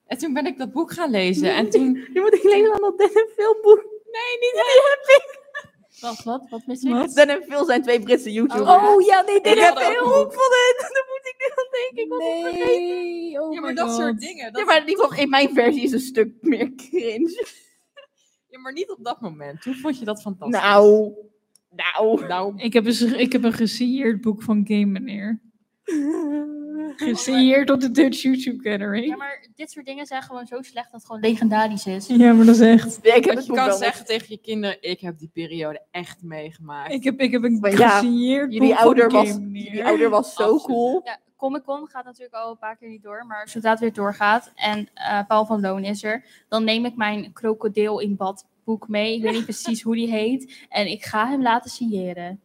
[SPEAKER 2] En toen ben ik dat boek gaan lezen. En [LAUGHS] toen,
[SPEAKER 4] Nu moet ik alleen aan dat Den en Phil boek.
[SPEAKER 3] Wat, wat, wat mis ik?
[SPEAKER 4] Den en Phil zijn twee Britse YouTubers.
[SPEAKER 2] Oh,
[SPEAKER 3] ja, nee,
[SPEAKER 4] ik heb
[SPEAKER 2] hadden
[SPEAKER 4] een
[SPEAKER 2] ook
[SPEAKER 4] boek van hen. [LAUGHS] Dan moet ik nu aan denken. Ik was het vergeten.
[SPEAKER 1] Nee. Oh
[SPEAKER 2] ja,
[SPEAKER 1] my
[SPEAKER 2] maar dat
[SPEAKER 1] God.
[SPEAKER 2] soort dingen. Dat,
[SPEAKER 4] Ja, maar die van, in mijn versie is een stuk meer cringe.
[SPEAKER 2] ja, maar niet op dat moment. Toen vond je dat fantastisch.
[SPEAKER 4] Nou, nou.
[SPEAKER 2] Nou,
[SPEAKER 1] Ik heb, eens, ik heb een gesigneerd boek van Game Meneer. Gesigneerd op de Dutch YouTube Gallery.
[SPEAKER 3] Ja, maar dit soort dingen zijn gewoon zo slecht dat het gewoon legendarisch is.
[SPEAKER 1] Ja, maar dat is echt...
[SPEAKER 4] Ja, ik
[SPEAKER 2] dat
[SPEAKER 4] heb het
[SPEAKER 2] je
[SPEAKER 4] boek
[SPEAKER 2] kan
[SPEAKER 4] wel
[SPEAKER 2] zeggen tegen je kinderen, ik heb die periode echt meegemaakt.
[SPEAKER 1] Ik heb, ik heb een
[SPEAKER 4] Maar ja,
[SPEAKER 1] gesigneerd boek
[SPEAKER 4] Jullie
[SPEAKER 1] van
[SPEAKER 4] ouder,
[SPEAKER 1] Game
[SPEAKER 4] was,
[SPEAKER 1] Meneer.
[SPEAKER 4] jullie ouder was zo
[SPEAKER 2] Absoluut.
[SPEAKER 4] cool.
[SPEAKER 3] Ja, Comic Con gaat natuurlijk al een paar keer niet door, maar zodra het weer doorgaat en eh, Paul van Loon is er, dan neem ik mijn krokodil in bad boek mee. Ik weet
[SPEAKER 1] [LAUGHS]
[SPEAKER 3] niet precies hoe die heet. En ik ga hem laten signeren.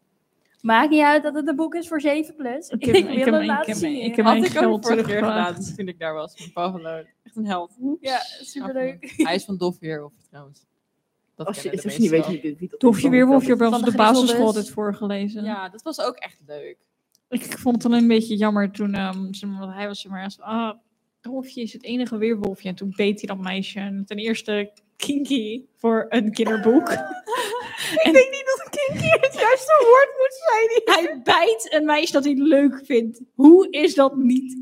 [SPEAKER 3] Maakt niet uit dat het een boek is voor 7 plus. Ik,
[SPEAKER 1] Ik heb-
[SPEAKER 3] wil
[SPEAKER 1] ik heb-
[SPEAKER 3] hem
[SPEAKER 1] ik
[SPEAKER 3] laten
[SPEAKER 1] heb-
[SPEAKER 3] signeren.
[SPEAKER 1] ik heb-
[SPEAKER 2] Had
[SPEAKER 1] mijn
[SPEAKER 2] ik ook
[SPEAKER 1] geld
[SPEAKER 2] de vorige keer
[SPEAKER 1] teruggevraagd.
[SPEAKER 2] gedaan toen ik daar was met Pavelo. Echt een held.
[SPEAKER 3] Ja, superleuk.
[SPEAKER 2] Hij is van Dof Weerwolf trouwens. Dat
[SPEAKER 4] Als je,
[SPEAKER 2] kennen de
[SPEAKER 4] als je niet dus weet
[SPEAKER 2] meesten
[SPEAKER 4] wie, dit- wie dat
[SPEAKER 1] Dofje
[SPEAKER 4] is, dan
[SPEAKER 1] Weerwolf, je
[SPEAKER 4] weet
[SPEAKER 1] hebt
[SPEAKER 4] ik
[SPEAKER 3] Van
[SPEAKER 1] bij ons
[SPEAKER 3] de
[SPEAKER 1] op de basisschool
[SPEAKER 3] Griezelbus.
[SPEAKER 1] altijd voorgelezen.
[SPEAKER 2] wel. Ja, dat was ook echt leuk.
[SPEAKER 1] Ik, ik vond het alleen een beetje jammer toen ehm, zeg maar, want hij was zeg maar, echt van, ah, Dolfje is het enige weerwolfje. En toen deed hij dat meisje. En ten eerste kinky voor een [LAUGHS] kinderboek. en
[SPEAKER 4] Ik denk niet dat een kinky het juiste woord moet zijn.
[SPEAKER 1] hij bijt een meisje dat hij leuk vindt. Hoe is dat niet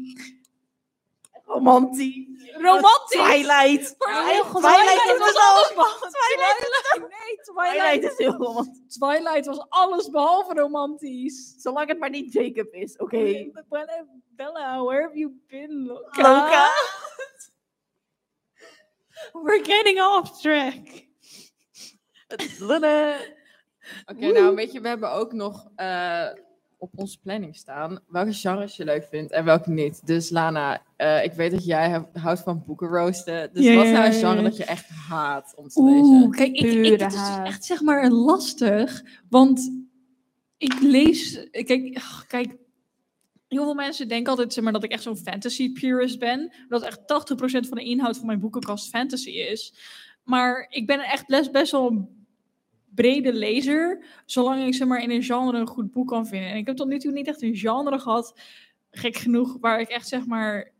[SPEAKER 4] Romantisch.
[SPEAKER 1] romantisch?
[SPEAKER 4] Twilight.
[SPEAKER 1] Ja,
[SPEAKER 3] heel
[SPEAKER 4] Twilight,
[SPEAKER 3] goed.
[SPEAKER 4] Twilight
[SPEAKER 1] Twilight was
[SPEAKER 4] is alles.
[SPEAKER 1] alles behalve. Twilight, nee,
[SPEAKER 4] Twilight
[SPEAKER 1] Twilight,
[SPEAKER 4] is heel romantisch.
[SPEAKER 1] Twilight was alles behalve romantisch.
[SPEAKER 4] Zolang het maar niet Jacob is, oké.
[SPEAKER 1] Bella, Bella, where have you been, Loka?
[SPEAKER 4] Loka.
[SPEAKER 3] Ah.
[SPEAKER 1] We're getting off track.
[SPEAKER 4] Lullen.
[SPEAKER 2] Oké, nou weet je, we hebben ook nog eh, op onze planning staan welke genres je leuk vindt en welke niet. Dus Lana, eh, ik weet dat jij hou- houdt van boeken roosten. Dus
[SPEAKER 1] Ja,
[SPEAKER 2] wat is nou een
[SPEAKER 1] ja, ja,
[SPEAKER 2] genre
[SPEAKER 1] ja.
[SPEAKER 2] dat je echt haat om te
[SPEAKER 1] Oeh,
[SPEAKER 2] lezen?
[SPEAKER 1] kijk, ik, ik,
[SPEAKER 4] Pure
[SPEAKER 1] dit is dus
[SPEAKER 4] haat.
[SPEAKER 1] echt zeg maar lastig, want ik lees, kijk, ach, kijk, heel veel mensen denken altijd zeg maar, dat ik echt zo'n fantasy purist ben, dat echt 80% van de inhoud van mijn boekenkast fantasy is. Maar ik ben echt les, best wel een brede lezer, zolang ik zeg maar in een genre een goed boek kan vinden. En ik heb tot nu toe niet echt een genre gehad, gek genoeg, waar ik echt zeg maar...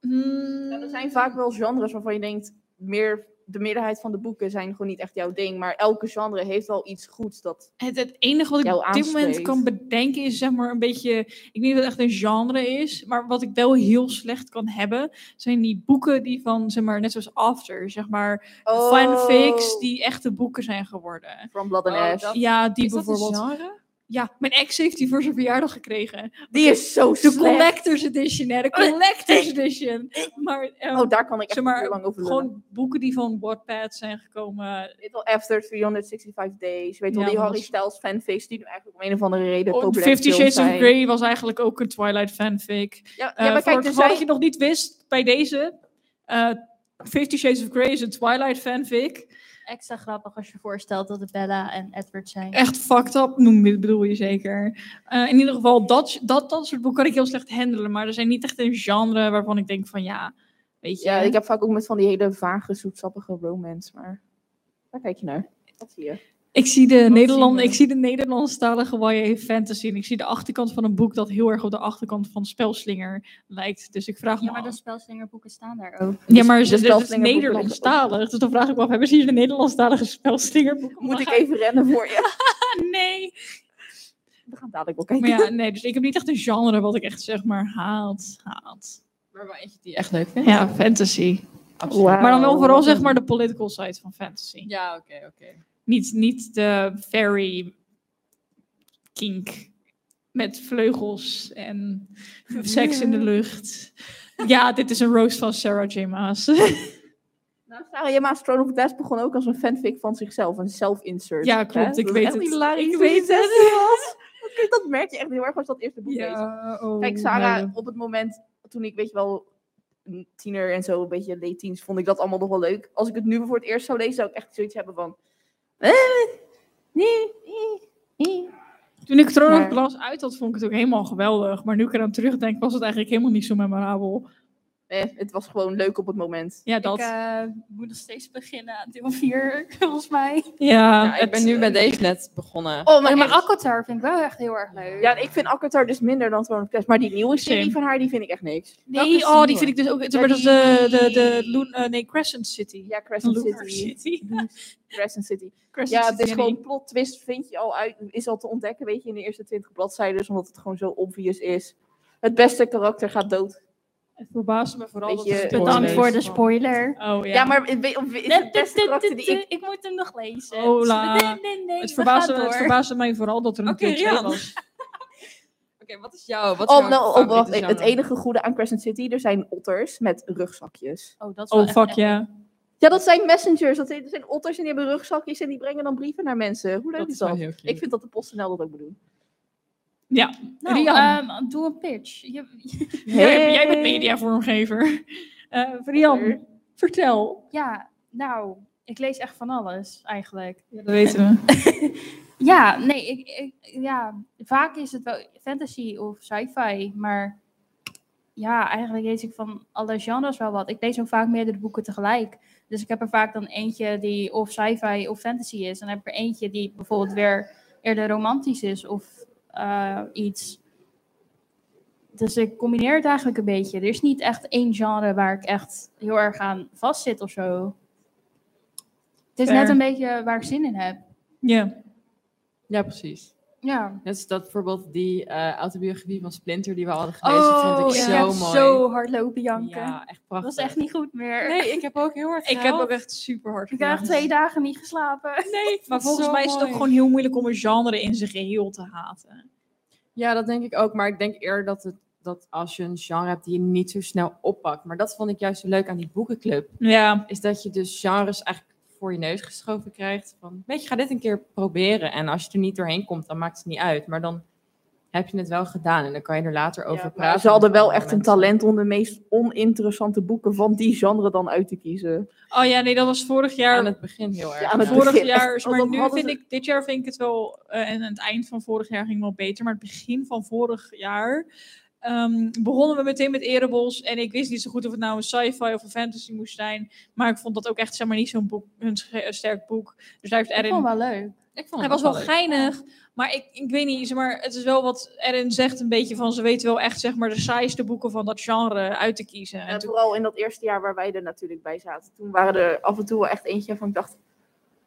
[SPEAKER 1] mm,
[SPEAKER 4] En er zijn vaak wel genres waarvan je denkt, meer, de meerderheid van de boeken zijn gewoon niet echt jouw ding. Maar elke genre heeft wel iets goeds dat...
[SPEAKER 1] Het, het enige wat ik
[SPEAKER 4] jou
[SPEAKER 1] op dit moment
[SPEAKER 4] aanspreekt.
[SPEAKER 1] kan bedenken is zeg maar een beetje... Ik weet niet of het echt een genre is, maar wat ik wel heel slecht kan hebben... zijn die boeken die van, zeg maar, net zoals After, zeg maar...
[SPEAKER 2] Oh.
[SPEAKER 4] Oh.
[SPEAKER 1] Fanfics die echte boeken zijn geworden.
[SPEAKER 4] From Blood and
[SPEAKER 2] Oh,
[SPEAKER 4] Ash.
[SPEAKER 2] dat-
[SPEAKER 1] Ja, die
[SPEAKER 2] is dat een
[SPEAKER 1] bijvoorbeeld.
[SPEAKER 2] genre?
[SPEAKER 1] Ja, mijn ex heeft die voor zijn verjaardag gekregen.
[SPEAKER 4] Die is zo
[SPEAKER 1] De
[SPEAKER 4] [LAUGHS] slecht.
[SPEAKER 1] Collector's Edition, hè. De Collector's Edition. Maar ehm,
[SPEAKER 4] Oh, daar kan ik echt
[SPEAKER 1] zeg maar,
[SPEAKER 4] heel lang over lullen.
[SPEAKER 1] gewoon boeken die van Wattpad zijn gekomen.
[SPEAKER 4] Weet wel, After 365 Days. Weet wel,
[SPEAKER 1] Ja,
[SPEAKER 4] die
[SPEAKER 1] maar
[SPEAKER 4] Harry
[SPEAKER 1] dat-
[SPEAKER 4] Styles fanfics die nu eigenlijk om een of andere reden
[SPEAKER 1] Oh,
[SPEAKER 4] populair
[SPEAKER 1] Fifty
[SPEAKER 4] film
[SPEAKER 1] Shades of
[SPEAKER 4] zijn.
[SPEAKER 1] Grey was eigenlijk ook een Twilight fanfic.
[SPEAKER 4] Ja,
[SPEAKER 1] Eh
[SPEAKER 4] ja maar
[SPEAKER 1] voor
[SPEAKER 4] kijk,
[SPEAKER 1] het
[SPEAKER 4] er
[SPEAKER 1] geval dat
[SPEAKER 4] zijn...
[SPEAKER 1] je nog niet wist bij deze. eh, Fifty Shades of Grey is een Twilight fanfic.
[SPEAKER 3] Extra grappig als je voorstelt dat het Bella en Edward zijn.
[SPEAKER 1] Echt fucked up, noem bedoel je zeker. Eh, in ieder geval, dat, dat, dat soort boeken kan ik heel slecht handelen. Maar er zijn niet echt een genre waarvan ik denk van ja, weet je.
[SPEAKER 4] Ja, ik heb vaak ook met van die hele vage, zoetsappige romance, maar daar kijk je naar. Wat zie je?
[SPEAKER 1] Ik zie de, Nederland,
[SPEAKER 3] we?
[SPEAKER 1] ik zie de Nederlandstalige YA fantasy. En ik zie de achterkant van een boek dat heel erg op de achterkant van Spelslinger lijkt. Dus ik vraag me
[SPEAKER 3] Ja, maar de
[SPEAKER 1] af-
[SPEAKER 3] spelslingerboeken staan daar ook.
[SPEAKER 1] ja, maar
[SPEAKER 4] dus
[SPEAKER 1] ze- het is
[SPEAKER 4] Spelslingerboeken-
[SPEAKER 1] Nederlandstalig. Dus dan vraag ik me af, hebben ze hier de Nederlandstalige Spelslingerboeken?
[SPEAKER 4] Moet ik even rennen voor je?
[SPEAKER 1] Ah, Nee.
[SPEAKER 4] We gaan dadelijk wel kijken.
[SPEAKER 1] Maar ja, nee, dus ik heb niet echt een genre wat ik echt zeg maar haat, haat.
[SPEAKER 2] Waarbij je die echt leuk vindt.
[SPEAKER 1] Ja, fantasy.
[SPEAKER 2] absoluut.
[SPEAKER 4] Wauw.
[SPEAKER 1] Maar dan wel vooral
[SPEAKER 4] wat
[SPEAKER 1] zeg
[SPEAKER 4] een-
[SPEAKER 1] maar de political side van fantasy.
[SPEAKER 2] Ja, oké, oké.
[SPEAKER 1] Niet, niet de fairy kink met vleugels en seks in de lucht. Ja, dit is een roast van Sarah J. Maas.
[SPEAKER 4] Nou, Sarah Jemma Throne of Glass begon ook als een fanfic van zichzelf, een self-insert.
[SPEAKER 1] Ja, klopt, ik weet het.
[SPEAKER 4] Ik
[SPEAKER 1] Ik
[SPEAKER 4] weet
[SPEAKER 1] weet
[SPEAKER 4] het. Dat merk je echt heel erg als dat eerste boek leest.
[SPEAKER 1] [LAUGHS] oh,
[SPEAKER 4] Kijk, Sarah, op het moment toen ik, weet je wel, een tiener en zo, een beetje late teens, vond ik dat allemaal nog wel leuk. Als ik het nu voor het eerst zou lezen, zou ik echt zoiets hebben van... eh, nee, nee, nee.
[SPEAKER 1] Toen ik Throne
[SPEAKER 4] Maar-
[SPEAKER 1] of Glass uit had, vond ik het ook helemaal geweldig. Maar nu ik eraan terugdenk, was het eigenlijk helemaal niet zo memorabel.
[SPEAKER 4] Nee, eh, het was gewoon leuk op het moment.
[SPEAKER 1] Ja, dat.
[SPEAKER 3] Ik eh, moet nog steeds beginnen aan deel 4, [LAUGHS] volgens mij.
[SPEAKER 1] ja,
[SPEAKER 2] Ja, ik
[SPEAKER 1] het-
[SPEAKER 2] ben nu met deze net begonnen.
[SPEAKER 4] Oh,
[SPEAKER 3] Maar,
[SPEAKER 4] maar, echt-
[SPEAKER 3] Akkotar vind ik wel echt heel erg leuk.
[SPEAKER 4] Ja, ik vind Akatar dus minder dan Throne of Glass. Maar die nieuwe serie
[SPEAKER 1] Same.
[SPEAKER 4] van haar, die vind ik echt niks.
[SPEAKER 1] Nee, oh, die vind ik dus ook.
[SPEAKER 4] Ja,
[SPEAKER 1] maar dat is de, de, de Loon, eh, nee, Crescent City.
[SPEAKER 4] Ja, Crescent
[SPEAKER 1] Loon
[SPEAKER 4] City. Crescent City.
[SPEAKER 1] Crescent
[SPEAKER 4] Ja,
[SPEAKER 1] City.
[SPEAKER 4] het is
[SPEAKER 1] en
[SPEAKER 4] gewoon plot twist, vind je al uit, is al te ontdekken, weet je, in de eerste twintig bladzijden, omdat het gewoon zo obvious is. Het beste karakter gaat dood.
[SPEAKER 1] Het verbaasde me vooral
[SPEAKER 4] Weet
[SPEAKER 1] dat
[SPEAKER 4] je,
[SPEAKER 1] het
[SPEAKER 3] Bedankt voor de
[SPEAKER 1] is.
[SPEAKER 3] spoiler.
[SPEAKER 1] Oh ja.
[SPEAKER 4] Ja, maar het, we- of- is het beste karakter die ik...
[SPEAKER 3] Ik moet hem nog lezen.
[SPEAKER 1] Hola.
[SPEAKER 3] Nee, nee, nee.
[SPEAKER 1] het,
[SPEAKER 3] we
[SPEAKER 1] verbaasde,
[SPEAKER 3] gaan
[SPEAKER 1] het
[SPEAKER 3] door.
[SPEAKER 1] verbaasde mij vooral dat er een
[SPEAKER 2] Oké,
[SPEAKER 1] keer twee
[SPEAKER 2] Rian.
[SPEAKER 1] was.
[SPEAKER 2] Oké, wat is jouw wat is
[SPEAKER 4] Oh,
[SPEAKER 2] jouw
[SPEAKER 4] nou, oh,
[SPEAKER 2] favoriete
[SPEAKER 4] wacht, het
[SPEAKER 2] genre?
[SPEAKER 4] enige goede aan Crescent City, er zijn otters met rugzakjes.
[SPEAKER 3] Oh, dat is wel
[SPEAKER 1] Oh
[SPEAKER 3] echt
[SPEAKER 1] fuck
[SPEAKER 3] echt-
[SPEAKER 1] ja.
[SPEAKER 4] Ja, dat zijn messengers, dat zijn, dat zijn otters en die hebben rugzakjes en die brengen dan brieven naar mensen. Hoe leuk
[SPEAKER 2] Dat
[SPEAKER 4] is
[SPEAKER 2] is wel
[SPEAKER 4] dat?
[SPEAKER 2] heel cute.
[SPEAKER 4] Ik vind dat de PostNL dat ook moet doen.
[SPEAKER 1] Ja.
[SPEAKER 3] Nou,
[SPEAKER 1] Rian.
[SPEAKER 3] ehm, doe een pitch. Je-
[SPEAKER 1] Jij, jij bent mediavormgever. Eh Rian, vertel.
[SPEAKER 3] ja, nou, ik lees echt van alles eigenlijk.
[SPEAKER 1] Ja, dat weten we.
[SPEAKER 3] Ja, nee, ik, ik- ja, vaak is het wel fantasy of sci-fi, maar ja, eigenlijk lees ik van alle genres wel wat. Ik lees ook vaak meerdere boeken tegelijk. Dus ik heb er vaak dan eentje die of sci-fi of fantasy is. En dan heb ik er eentje die bijvoorbeeld weer eerder romantisch is of eh, iets. Dus ik combineer het eigenlijk een beetje. Er is niet echt één genre waar ik echt heel erg aan vastzit of zo. Het is
[SPEAKER 1] Fair.
[SPEAKER 3] net een beetje waar ik zin in heb.
[SPEAKER 1] Ja.
[SPEAKER 2] Ja, precies.
[SPEAKER 3] Ja.
[SPEAKER 2] Net als dat bijvoorbeeld die eh, autobiografie van Splinter die we hadden gelezen, vond ik
[SPEAKER 3] Oh, ik
[SPEAKER 2] zo
[SPEAKER 3] heb
[SPEAKER 2] mooi.
[SPEAKER 3] zo hard lopen janken.
[SPEAKER 2] Ja, echt
[SPEAKER 3] dat
[SPEAKER 2] prachtig.
[SPEAKER 3] was echt niet goed meer.
[SPEAKER 2] Nee, ik heb ook heel hard
[SPEAKER 1] [LAUGHS] Ik heb
[SPEAKER 2] gehuild.
[SPEAKER 1] ook echt super
[SPEAKER 3] [LAUGHS]
[SPEAKER 1] hard
[SPEAKER 3] ik heb echt twee dagen niet [LAUGHS] geslapen.
[SPEAKER 2] Nee,
[SPEAKER 1] Maar volgens mij is het ook gewoon heel moeilijk om een genre in zijn geheel te haten.
[SPEAKER 2] Ja, dat denk ik ook. Maar ik denk eerder dat, het, dat als je een genre hebt die je niet zo snel oppakt. Maar dat vond ik juist zo leuk aan die boekenclub.
[SPEAKER 1] Ja.
[SPEAKER 2] Is dat je dus genres eigenlijk voor je neus geschoven krijgt. Van, weet je, ga dit een keer proberen. En als je er niet doorheen komt, dan maakt het niet uit. Maar dan heb je het wel gedaan. En dan kan je er later over
[SPEAKER 4] Ja, maar
[SPEAKER 2] praten.
[SPEAKER 4] ze hadden
[SPEAKER 2] met
[SPEAKER 4] wel
[SPEAKER 2] andere
[SPEAKER 4] echt een
[SPEAKER 2] mensen.
[SPEAKER 4] talent om de meest oninteressante boeken van die genre dan uit te kiezen.
[SPEAKER 1] Oh ja, nee, dat was vorig jaar.
[SPEAKER 2] Aan het begin heel erg.
[SPEAKER 4] aan het
[SPEAKER 2] ja.
[SPEAKER 4] begin.
[SPEAKER 1] vorig
[SPEAKER 4] echt.
[SPEAKER 1] jaar is,
[SPEAKER 4] Oh,
[SPEAKER 1] maar
[SPEAKER 4] dan
[SPEAKER 1] nu
[SPEAKER 4] hadden
[SPEAKER 1] vind
[SPEAKER 4] ze-
[SPEAKER 1] ik, dit jaar vind ik het wel, eh, en aan het eind van vorig jaar ging het wel beter, maar het begin van vorig jaar ehm, begonnen we meteen met Erebos en ik wist niet zo goed of het nou een sci-fi of een fantasy moest zijn, maar ik vond dat ook echt, zeg maar, niet zo'n boek, een sch- eh, sterk boek. Dus daar heeft
[SPEAKER 3] Ik vond
[SPEAKER 1] Erin
[SPEAKER 3] het wel leuk.
[SPEAKER 2] Ik vond
[SPEAKER 1] hij
[SPEAKER 2] het
[SPEAKER 1] was wel
[SPEAKER 2] leuk.
[SPEAKER 1] geinig, maar ik, ik weet niet, zeg maar het is wel wat Erin zegt een beetje van, ze weten wel echt zeg maar de saaiste boeken van dat genre uit te kiezen. En
[SPEAKER 4] En
[SPEAKER 1] toen-
[SPEAKER 4] vooral in dat eerste jaar waar wij er natuurlijk bij zaten. Toen waren er af en toe wel echt eentje van ik dacht...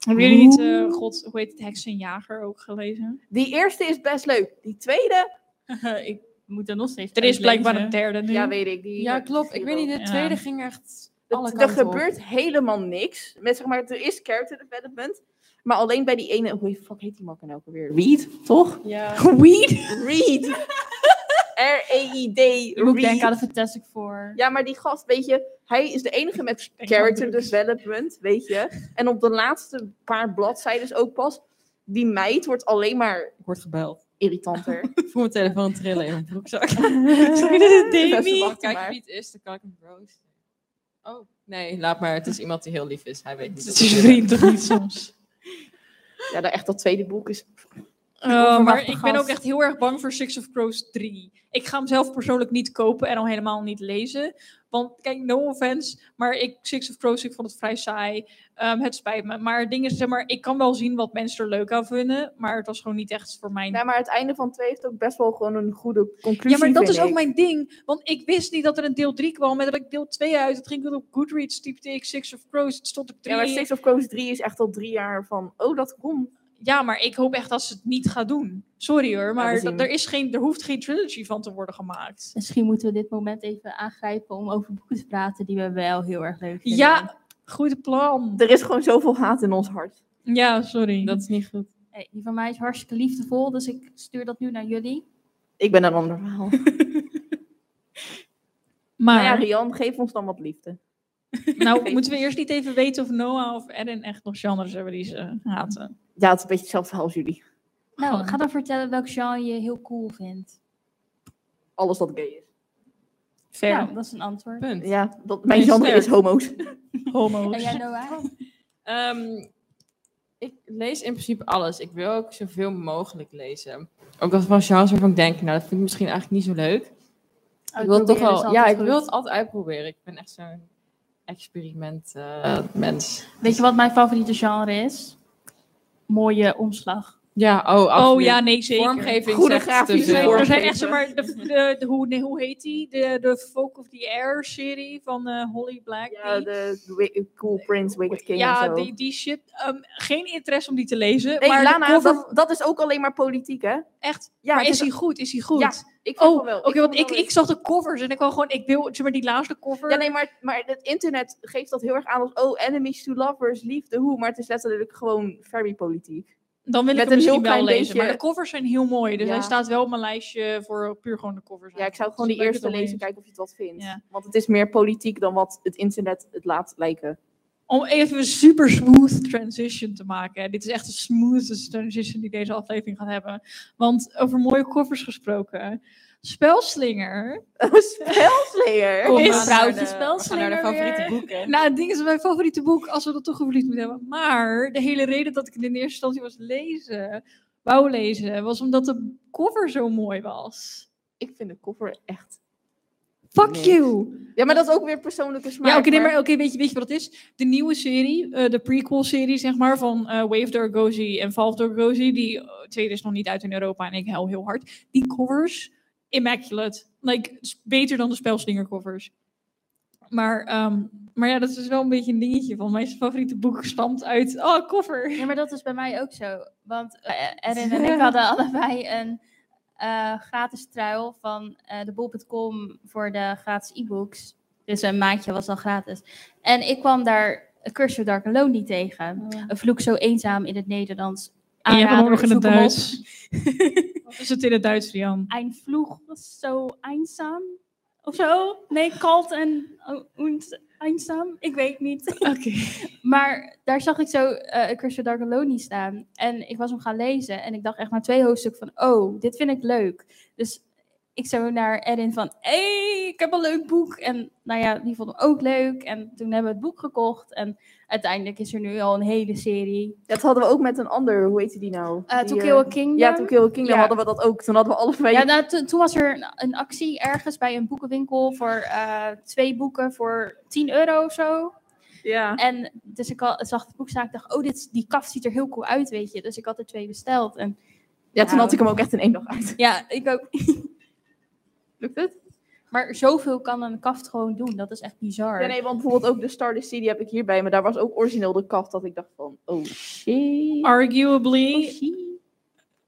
[SPEAKER 1] hebben jullie niet, eh, god, hoe heet het, Heksenjager ook gelezen?
[SPEAKER 4] Die eerste is best leuk. Die tweede,
[SPEAKER 3] [LAUGHS] ik moet er nog steeds
[SPEAKER 1] Er is blijkbaar een derde nu.
[SPEAKER 4] ja weet ik. Die,
[SPEAKER 2] Ja, klopt. Ik weet niet, de
[SPEAKER 1] Ja.
[SPEAKER 2] tweede ging echt alle
[SPEAKER 4] Het, er
[SPEAKER 2] kanten op.
[SPEAKER 4] gebeurt helemaal niks. Met, zeg maar, er is character development. Maar alleen bij die ene... Hoe fuck heet die man nou ook alweer? Reed,
[SPEAKER 3] [LAUGHS]
[SPEAKER 4] toch?
[SPEAKER 2] Ja.
[SPEAKER 4] Reed? Reed. R-E-I-D.
[SPEAKER 3] Ik moet
[SPEAKER 4] Reed.
[SPEAKER 3] denken aan de Fantastic Four.
[SPEAKER 4] Ja, maar die gast, weet je, hij is de enige met
[SPEAKER 1] denk
[SPEAKER 4] character
[SPEAKER 1] aan Brooks.
[SPEAKER 4] development, weet je. En op de laatste paar bladzijden ook pas, die meid wordt alleen maar
[SPEAKER 2] Ik word gebeld.
[SPEAKER 4] [LAUGHS] irritanter.
[SPEAKER 2] Ik voel mijn [LAUGHS] telefoon trillen in mijn broekzak.
[SPEAKER 1] Sorry, dit is
[SPEAKER 4] Beste
[SPEAKER 1] Demi.
[SPEAKER 4] wacht
[SPEAKER 2] Kijk
[SPEAKER 4] maar.
[SPEAKER 2] wie het is, dan kan ik hem roosten. Oh, Nee, laat maar. Het is iemand die heel lief is. Hij weet niet.
[SPEAKER 1] Het is je vriend toch niet soms?
[SPEAKER 4] Ja, dat echt dat tweede boek is.
[SPEAKER 1] [LAUGHS] Oh, maar
[SPEAKER 3] Onverwachte
[SPEAKER 1] ik ben ook
[SPEAKER 3] gast.
[SPEAKER 1] echt heel erg bang voor Six of Crows 3. Ik ga hem zelf persoonlijk niet kopen en al helemaal niet lezen. Want kijk, no offense, maar ik, Six of Crows, ik vond het vrij saai. Ehm, het spijt me. Maar het ding is, zeg maar, ik kan wel zien wat mensen er leuk aan vinden. Maar het was gewoon niet echt voor mij.
[SPEAKER 4] Ja, maar het einde van twee heeft ook best wel gewoon een goede conclusie.
[SPEAKER 1] Ja, maar dat
[SPEAKER 4] vind
[SPEAKER 1] is ook
[SPEAKER 4] ik.
[SPEAKER 1] mijn ding. Want ik wist niet dat er een deel 3 kwam. En dat ik deel 2 uit. Het ging op Goodreads, typte ik Six of Crows. Het stond op 3.
[SPEAKER 4] Ja, maar Six of Crows 3 is echt al drie jaar van, oh, dat komt.
[SPEAKER 1] ja, maar ik hoop echt dat ze het niet gaat doen. Sorry hoor, maar
[SPEAKER 4] we zien.
[SPEAKER 1] dat- er, is geen, er hoeft geen trilogy van te worden gemaakt.
[SPEAKER 3] Misschien moeten we dit moment even aangrijpen om over boeken te praten die we wel heel erg leuk vinden.
[SPEAKER 1] Ja, goed plan.
[SPEAKER 4] Er is gewoon zoveel haat in ons hart.
[SPEAKER 1] Ja, sorry.
[SPEAKER 2] Dat is niet goed.
[SPEAKER 3] Hey, die van mij is hartstikke liefdevol, dus ik stuur dat nu naar jullie.
[SPEAKER 4] Ik ben een ander verhaal. [LAUGHS]
[SPEAKER 1] maar
[SPEAKER 4] Maar Nou ja, Rian, geef ons dan wat liefde.
[SPEAKER 1] [LAUGHS] nou, moeten we eerst niet even weten of Noah of Erin echt nog genres hebben die ze haten.
[SPEAKER 4] Ja, het is een beetje hetzelfde verhaal als jullie.
[SPEAKER 3] Nou,
[SPEAKER 1] Gewoon.
[SPEAKER 3] ga dan vertellen welk genre je heel cool vindt.
[SPEAKER 4] Alles dat gay is.
[SPEAKER 1] Fair.
[SPEAKER 3] Nou, dat is een antwoord.
[SPEAKER 2] Punt.
[SPEAKER 4] Ja, dat, mijn
[SPEAKER 2] Nee,
[SPEAKER 4] genre
[SPEAKER 2] sterk.
[SPEAKER 4] is homo's.
[SPEAKER 3] En
[SPEAKER 1] Homo's.
[SPEAKER 3] jij Noah?
[SPEAKER 2] Ehm, ik lees in principe alles. Ik wil ook zoveel mogelijk lezen. Ook als van genres waarvan ik denk, nou, dat vind ik misschien eigenlijk niet zo leuk. ik
[SPEAKER 3] Oh,
[SPEAKER 2] wil het
[SPEAKER 1] dus
[SPEAKER 2] toch
[SPEAKER 3] dus
[SPEAKER 2] wel, ja, ik wil het altijd uitproberen. Ik ben echt zo'n experiment eh, mens.
[SPEAKER 3] Weet je wat mijn favoriete genre is? Mooie omslag.
[SPEAKER 2] Ja, oh, absoluut.
[SPEAKER 1] Oh ja, nee, zeker.
[SPEAKER 2] Vormgeving
[SPEAKER 4] Goede
[SPEAKER 2] zegt
[SPEAKER 4] grafische
[SPEAKER 2] te veel.
[SPEAKER 1] Nee,
[SPEAKER 4] vorm.
[SPEAKER 1] er zijn
[SPEAKER 4] Vormgeven.
[SPEAKER 1] echt zomaar, de, de, de- hoe, nee, hoe heet die? De, de Folk of the Air serie van eh, Holly Black.
[SPEAKER 4] Ja,
[SPEAKER 1] die-
[SPEAKER 4] de Wi- Cool Prince, Wicked King
[SPEAKER 1] ja,
[SPEAKER 4] en zo.
[SPEAKER 1] die, die shit. Ehm, geen interesse om die te lezen.
[SPEAKER 4] Nee,
[SPEAKER 1] maar de
[SPEAKER 4] Lana,
[SPEAKER 1] cover-
[SPEAKER 4] dat, dat is ook alleen maar politiek, hè?
[SPEAKER 1] echt.
[SPEAKER 4] Ja,
[SPEAKER 1] maar
[SPEAKER 4] het
[SPEAKER 1] is hij goed? Is hij goed?
[SPEAKER 4] Ja, ik vind
[SPEAKER 1] oh,
[SPEAKER 4] van wel.
[SPEAKER 1] oké,
[SPEAKER 4] vind
[SPEAKER 1] want
[SPEAKER 4] van
[SPEAKER 1] ik,
[SPEAKER 4] wel
[SPEAKER 1] ik zag de covers en ik wou gewoon, ik wil, zeg maar, die laatste cover.
[SPEAKER 4] Ja, nee, maar, maar het internet geeft dat heel erg aan als... Oh, enemies to lovers, liefde, hoe. Maar het is letterlijk gewoon very politiek.
[SPEAKER 1] dan wil ik
[SPEAKER 4] met
[SPEAKER 1] hem
[SPEAKER 4] een heel
[SPEAKER 1] misschien wel
[SPEAKER 4] klein
[SPEAKER 1] lezen.
[SPEAKER 4] beetje-
[SPEAKER 1] Maar de covers zijn heel mooi, dus
[SPEAKER 4] Ja.
[SPEAKER 1] hij staat wel op mijn lijstje voor puur gewoon de covers.
[SPEAKER 4] Ja, ik zou
[SPEAKER 1] eigenlijk.
[SPEAKER 4] gewoon die
[SPEAKER 1] Dus
[SPEAKER 4] eerste
[SPEAKER 1] daar ben ik
[SPEAKER 4] lezen,
[SPEAKER 1] het wel mee
[SPEAKER 4] kijken of je het wat vindt.
[SPEAKER 1] Ja.
[SPEAKER 4] Want het is meer politiek dan wat het internet het laat lijken. [LAUGHS]
[SPEAKER 1] eens. Om even een super smooth transition te maken. Dit is echt de smoothest transition die deze aflevering gaat hebben. Want over mooie covers gesproken. Spelslinger.
[SPEAKER 4] Spelslayer!
[SPEAKER 1] Kom,
[SPEAKER 3] Is
[SPEAKER 1] we gaan
[SPEAKER 3] vrouwtje
[SPEAKER 2] naar de-
[SPEAKER 3] spelslinger
[SPEAKER 2] we gaan naar de favoriete
[SPEAKER 3] weer?
[SPEAKER 2] boeken.
[SPEAKER 1] Nou, het ding is mijn favoriete boek, als we dat toch gevloeid moeten hebben. Maar de hele reden dat ik het in eerste instantie was lezen, wou lezen, was omdat de cover zo mooi was.
[SPEAKER 4] Ik vind de koffer echt...
[SPEAKER 1] Fuck
[SPEAKER 4] Nee.
[SPEAKER 1] you!
[SPEAKER 4] Ja, maar dat is ook weer persoonlijke smaak.
[SPEAKER 1] Ja, oké, nee,
[SPEAKER 4] maar-
[SPEAKER 1] maar oké, weet, je, weet je wat het is? De nieuwe serie, eh, de prequel-serie, zeg maar, van eh Wave Dargozi en Valve Dargozi, die eh, tweede is nog niet uit in Europa en ik hel heel hard. Die covers, immaculate. Like, s- beter dan de Spelslinger-covers. Maar, ehm, maar ja, dat is wel een beetje een dingetje van mijn favoriete boek stamt uit, oh, cover.
[SPEAKER 3] Ja, maar dat is bij mij ook zo. Want eh, Erin en ik hadden allebei een eh, gratis truil van eh de bol.com voor de gratis e-books. Dus een maandje was al gratis. En ik kwam daar A Curse of Dark Alone niet tegen.
[SPEAKER 2] Oh.
[SPEAKER 3] Een vloek zo eenzaam in het Nederlands.
[SPEAKER 1] En jij hebt hem ook
[SPEAKER 3] Aanrader,
[SPEAKER 1] nog in het
[SPEAKER 3] zoek hem op.
[SPEAKER 1] Duits. [LAUGHS] Wat is het in het Duits, Rian?
[SPEAKER 3] Ein vloeg was zo eenzaam. Of zo? Nee, kalt en und eenzaam. Ik weet niet. [LAUGHS]
[SPEAKER 1] Oké.
[SPEAKER 3] Maar daar zag ik zo eh Christian Dark Alone niet staan. En ik was hem gaan lezen. En ik dacht echt na twee hoofdstukken van... Oh, dit vind ik leuk. Dus ik zo naar Erin van... hey, ik heb een leuk boek. En nou ja, die vond hem ook leuk. En toen hebben we het boek gekocht. En uiteindelijk is er nu al een hele serie.
[SPEAKER 4] Dat hadden we ook met een ander, hoe heette die nou?
[SPEAKER 3] Eh
[SPEAKER 4] Die,
[SPEAKER 3] to
[SPEAKER 4] eh,
[SPEAKER 3] Kill a Kingdom.
[SPEAKER 4] Ja, To Kill a Kingdom
[SPEAKER 3] Ja.
[SPEAKER 4] hadden we dat ook. Toen hadden we allebei...
[SPEAKER 3] Ja, nou, toen- toen was er een, een actie ergens bij een boekenwinkel voor eh, twee boeken voor 10 euro of zo.
[SPEAKER 4] ja.
[SPEAKER 3] En dus ik al, zag het boek staan. Ik dacht, oh, dit, die kaft ziet er heel cool uit, weet je. Dus ik had er twee besteld. En
[SPEAKER 4] Ja, toen
[SPEAKER 3] Ja.
[SPEAKER 4] had ik hem ook echt in één dag uit.
[SPEAKER 3] ja, ik ook.
[SPEAKER 4] Lukt het?
[SPEAKER 3] Maar zoveel kan een kaft gewoon doen. Dat is echt bizar.
[SPEAKER 4] Ja, nee, want bijvoorbeeld ook de Stardust City heb ik hierbij. Maar daar was ook origineel de kaft dat ik dacht van... Oh, shit.
[SPEAKER 1] Arguably,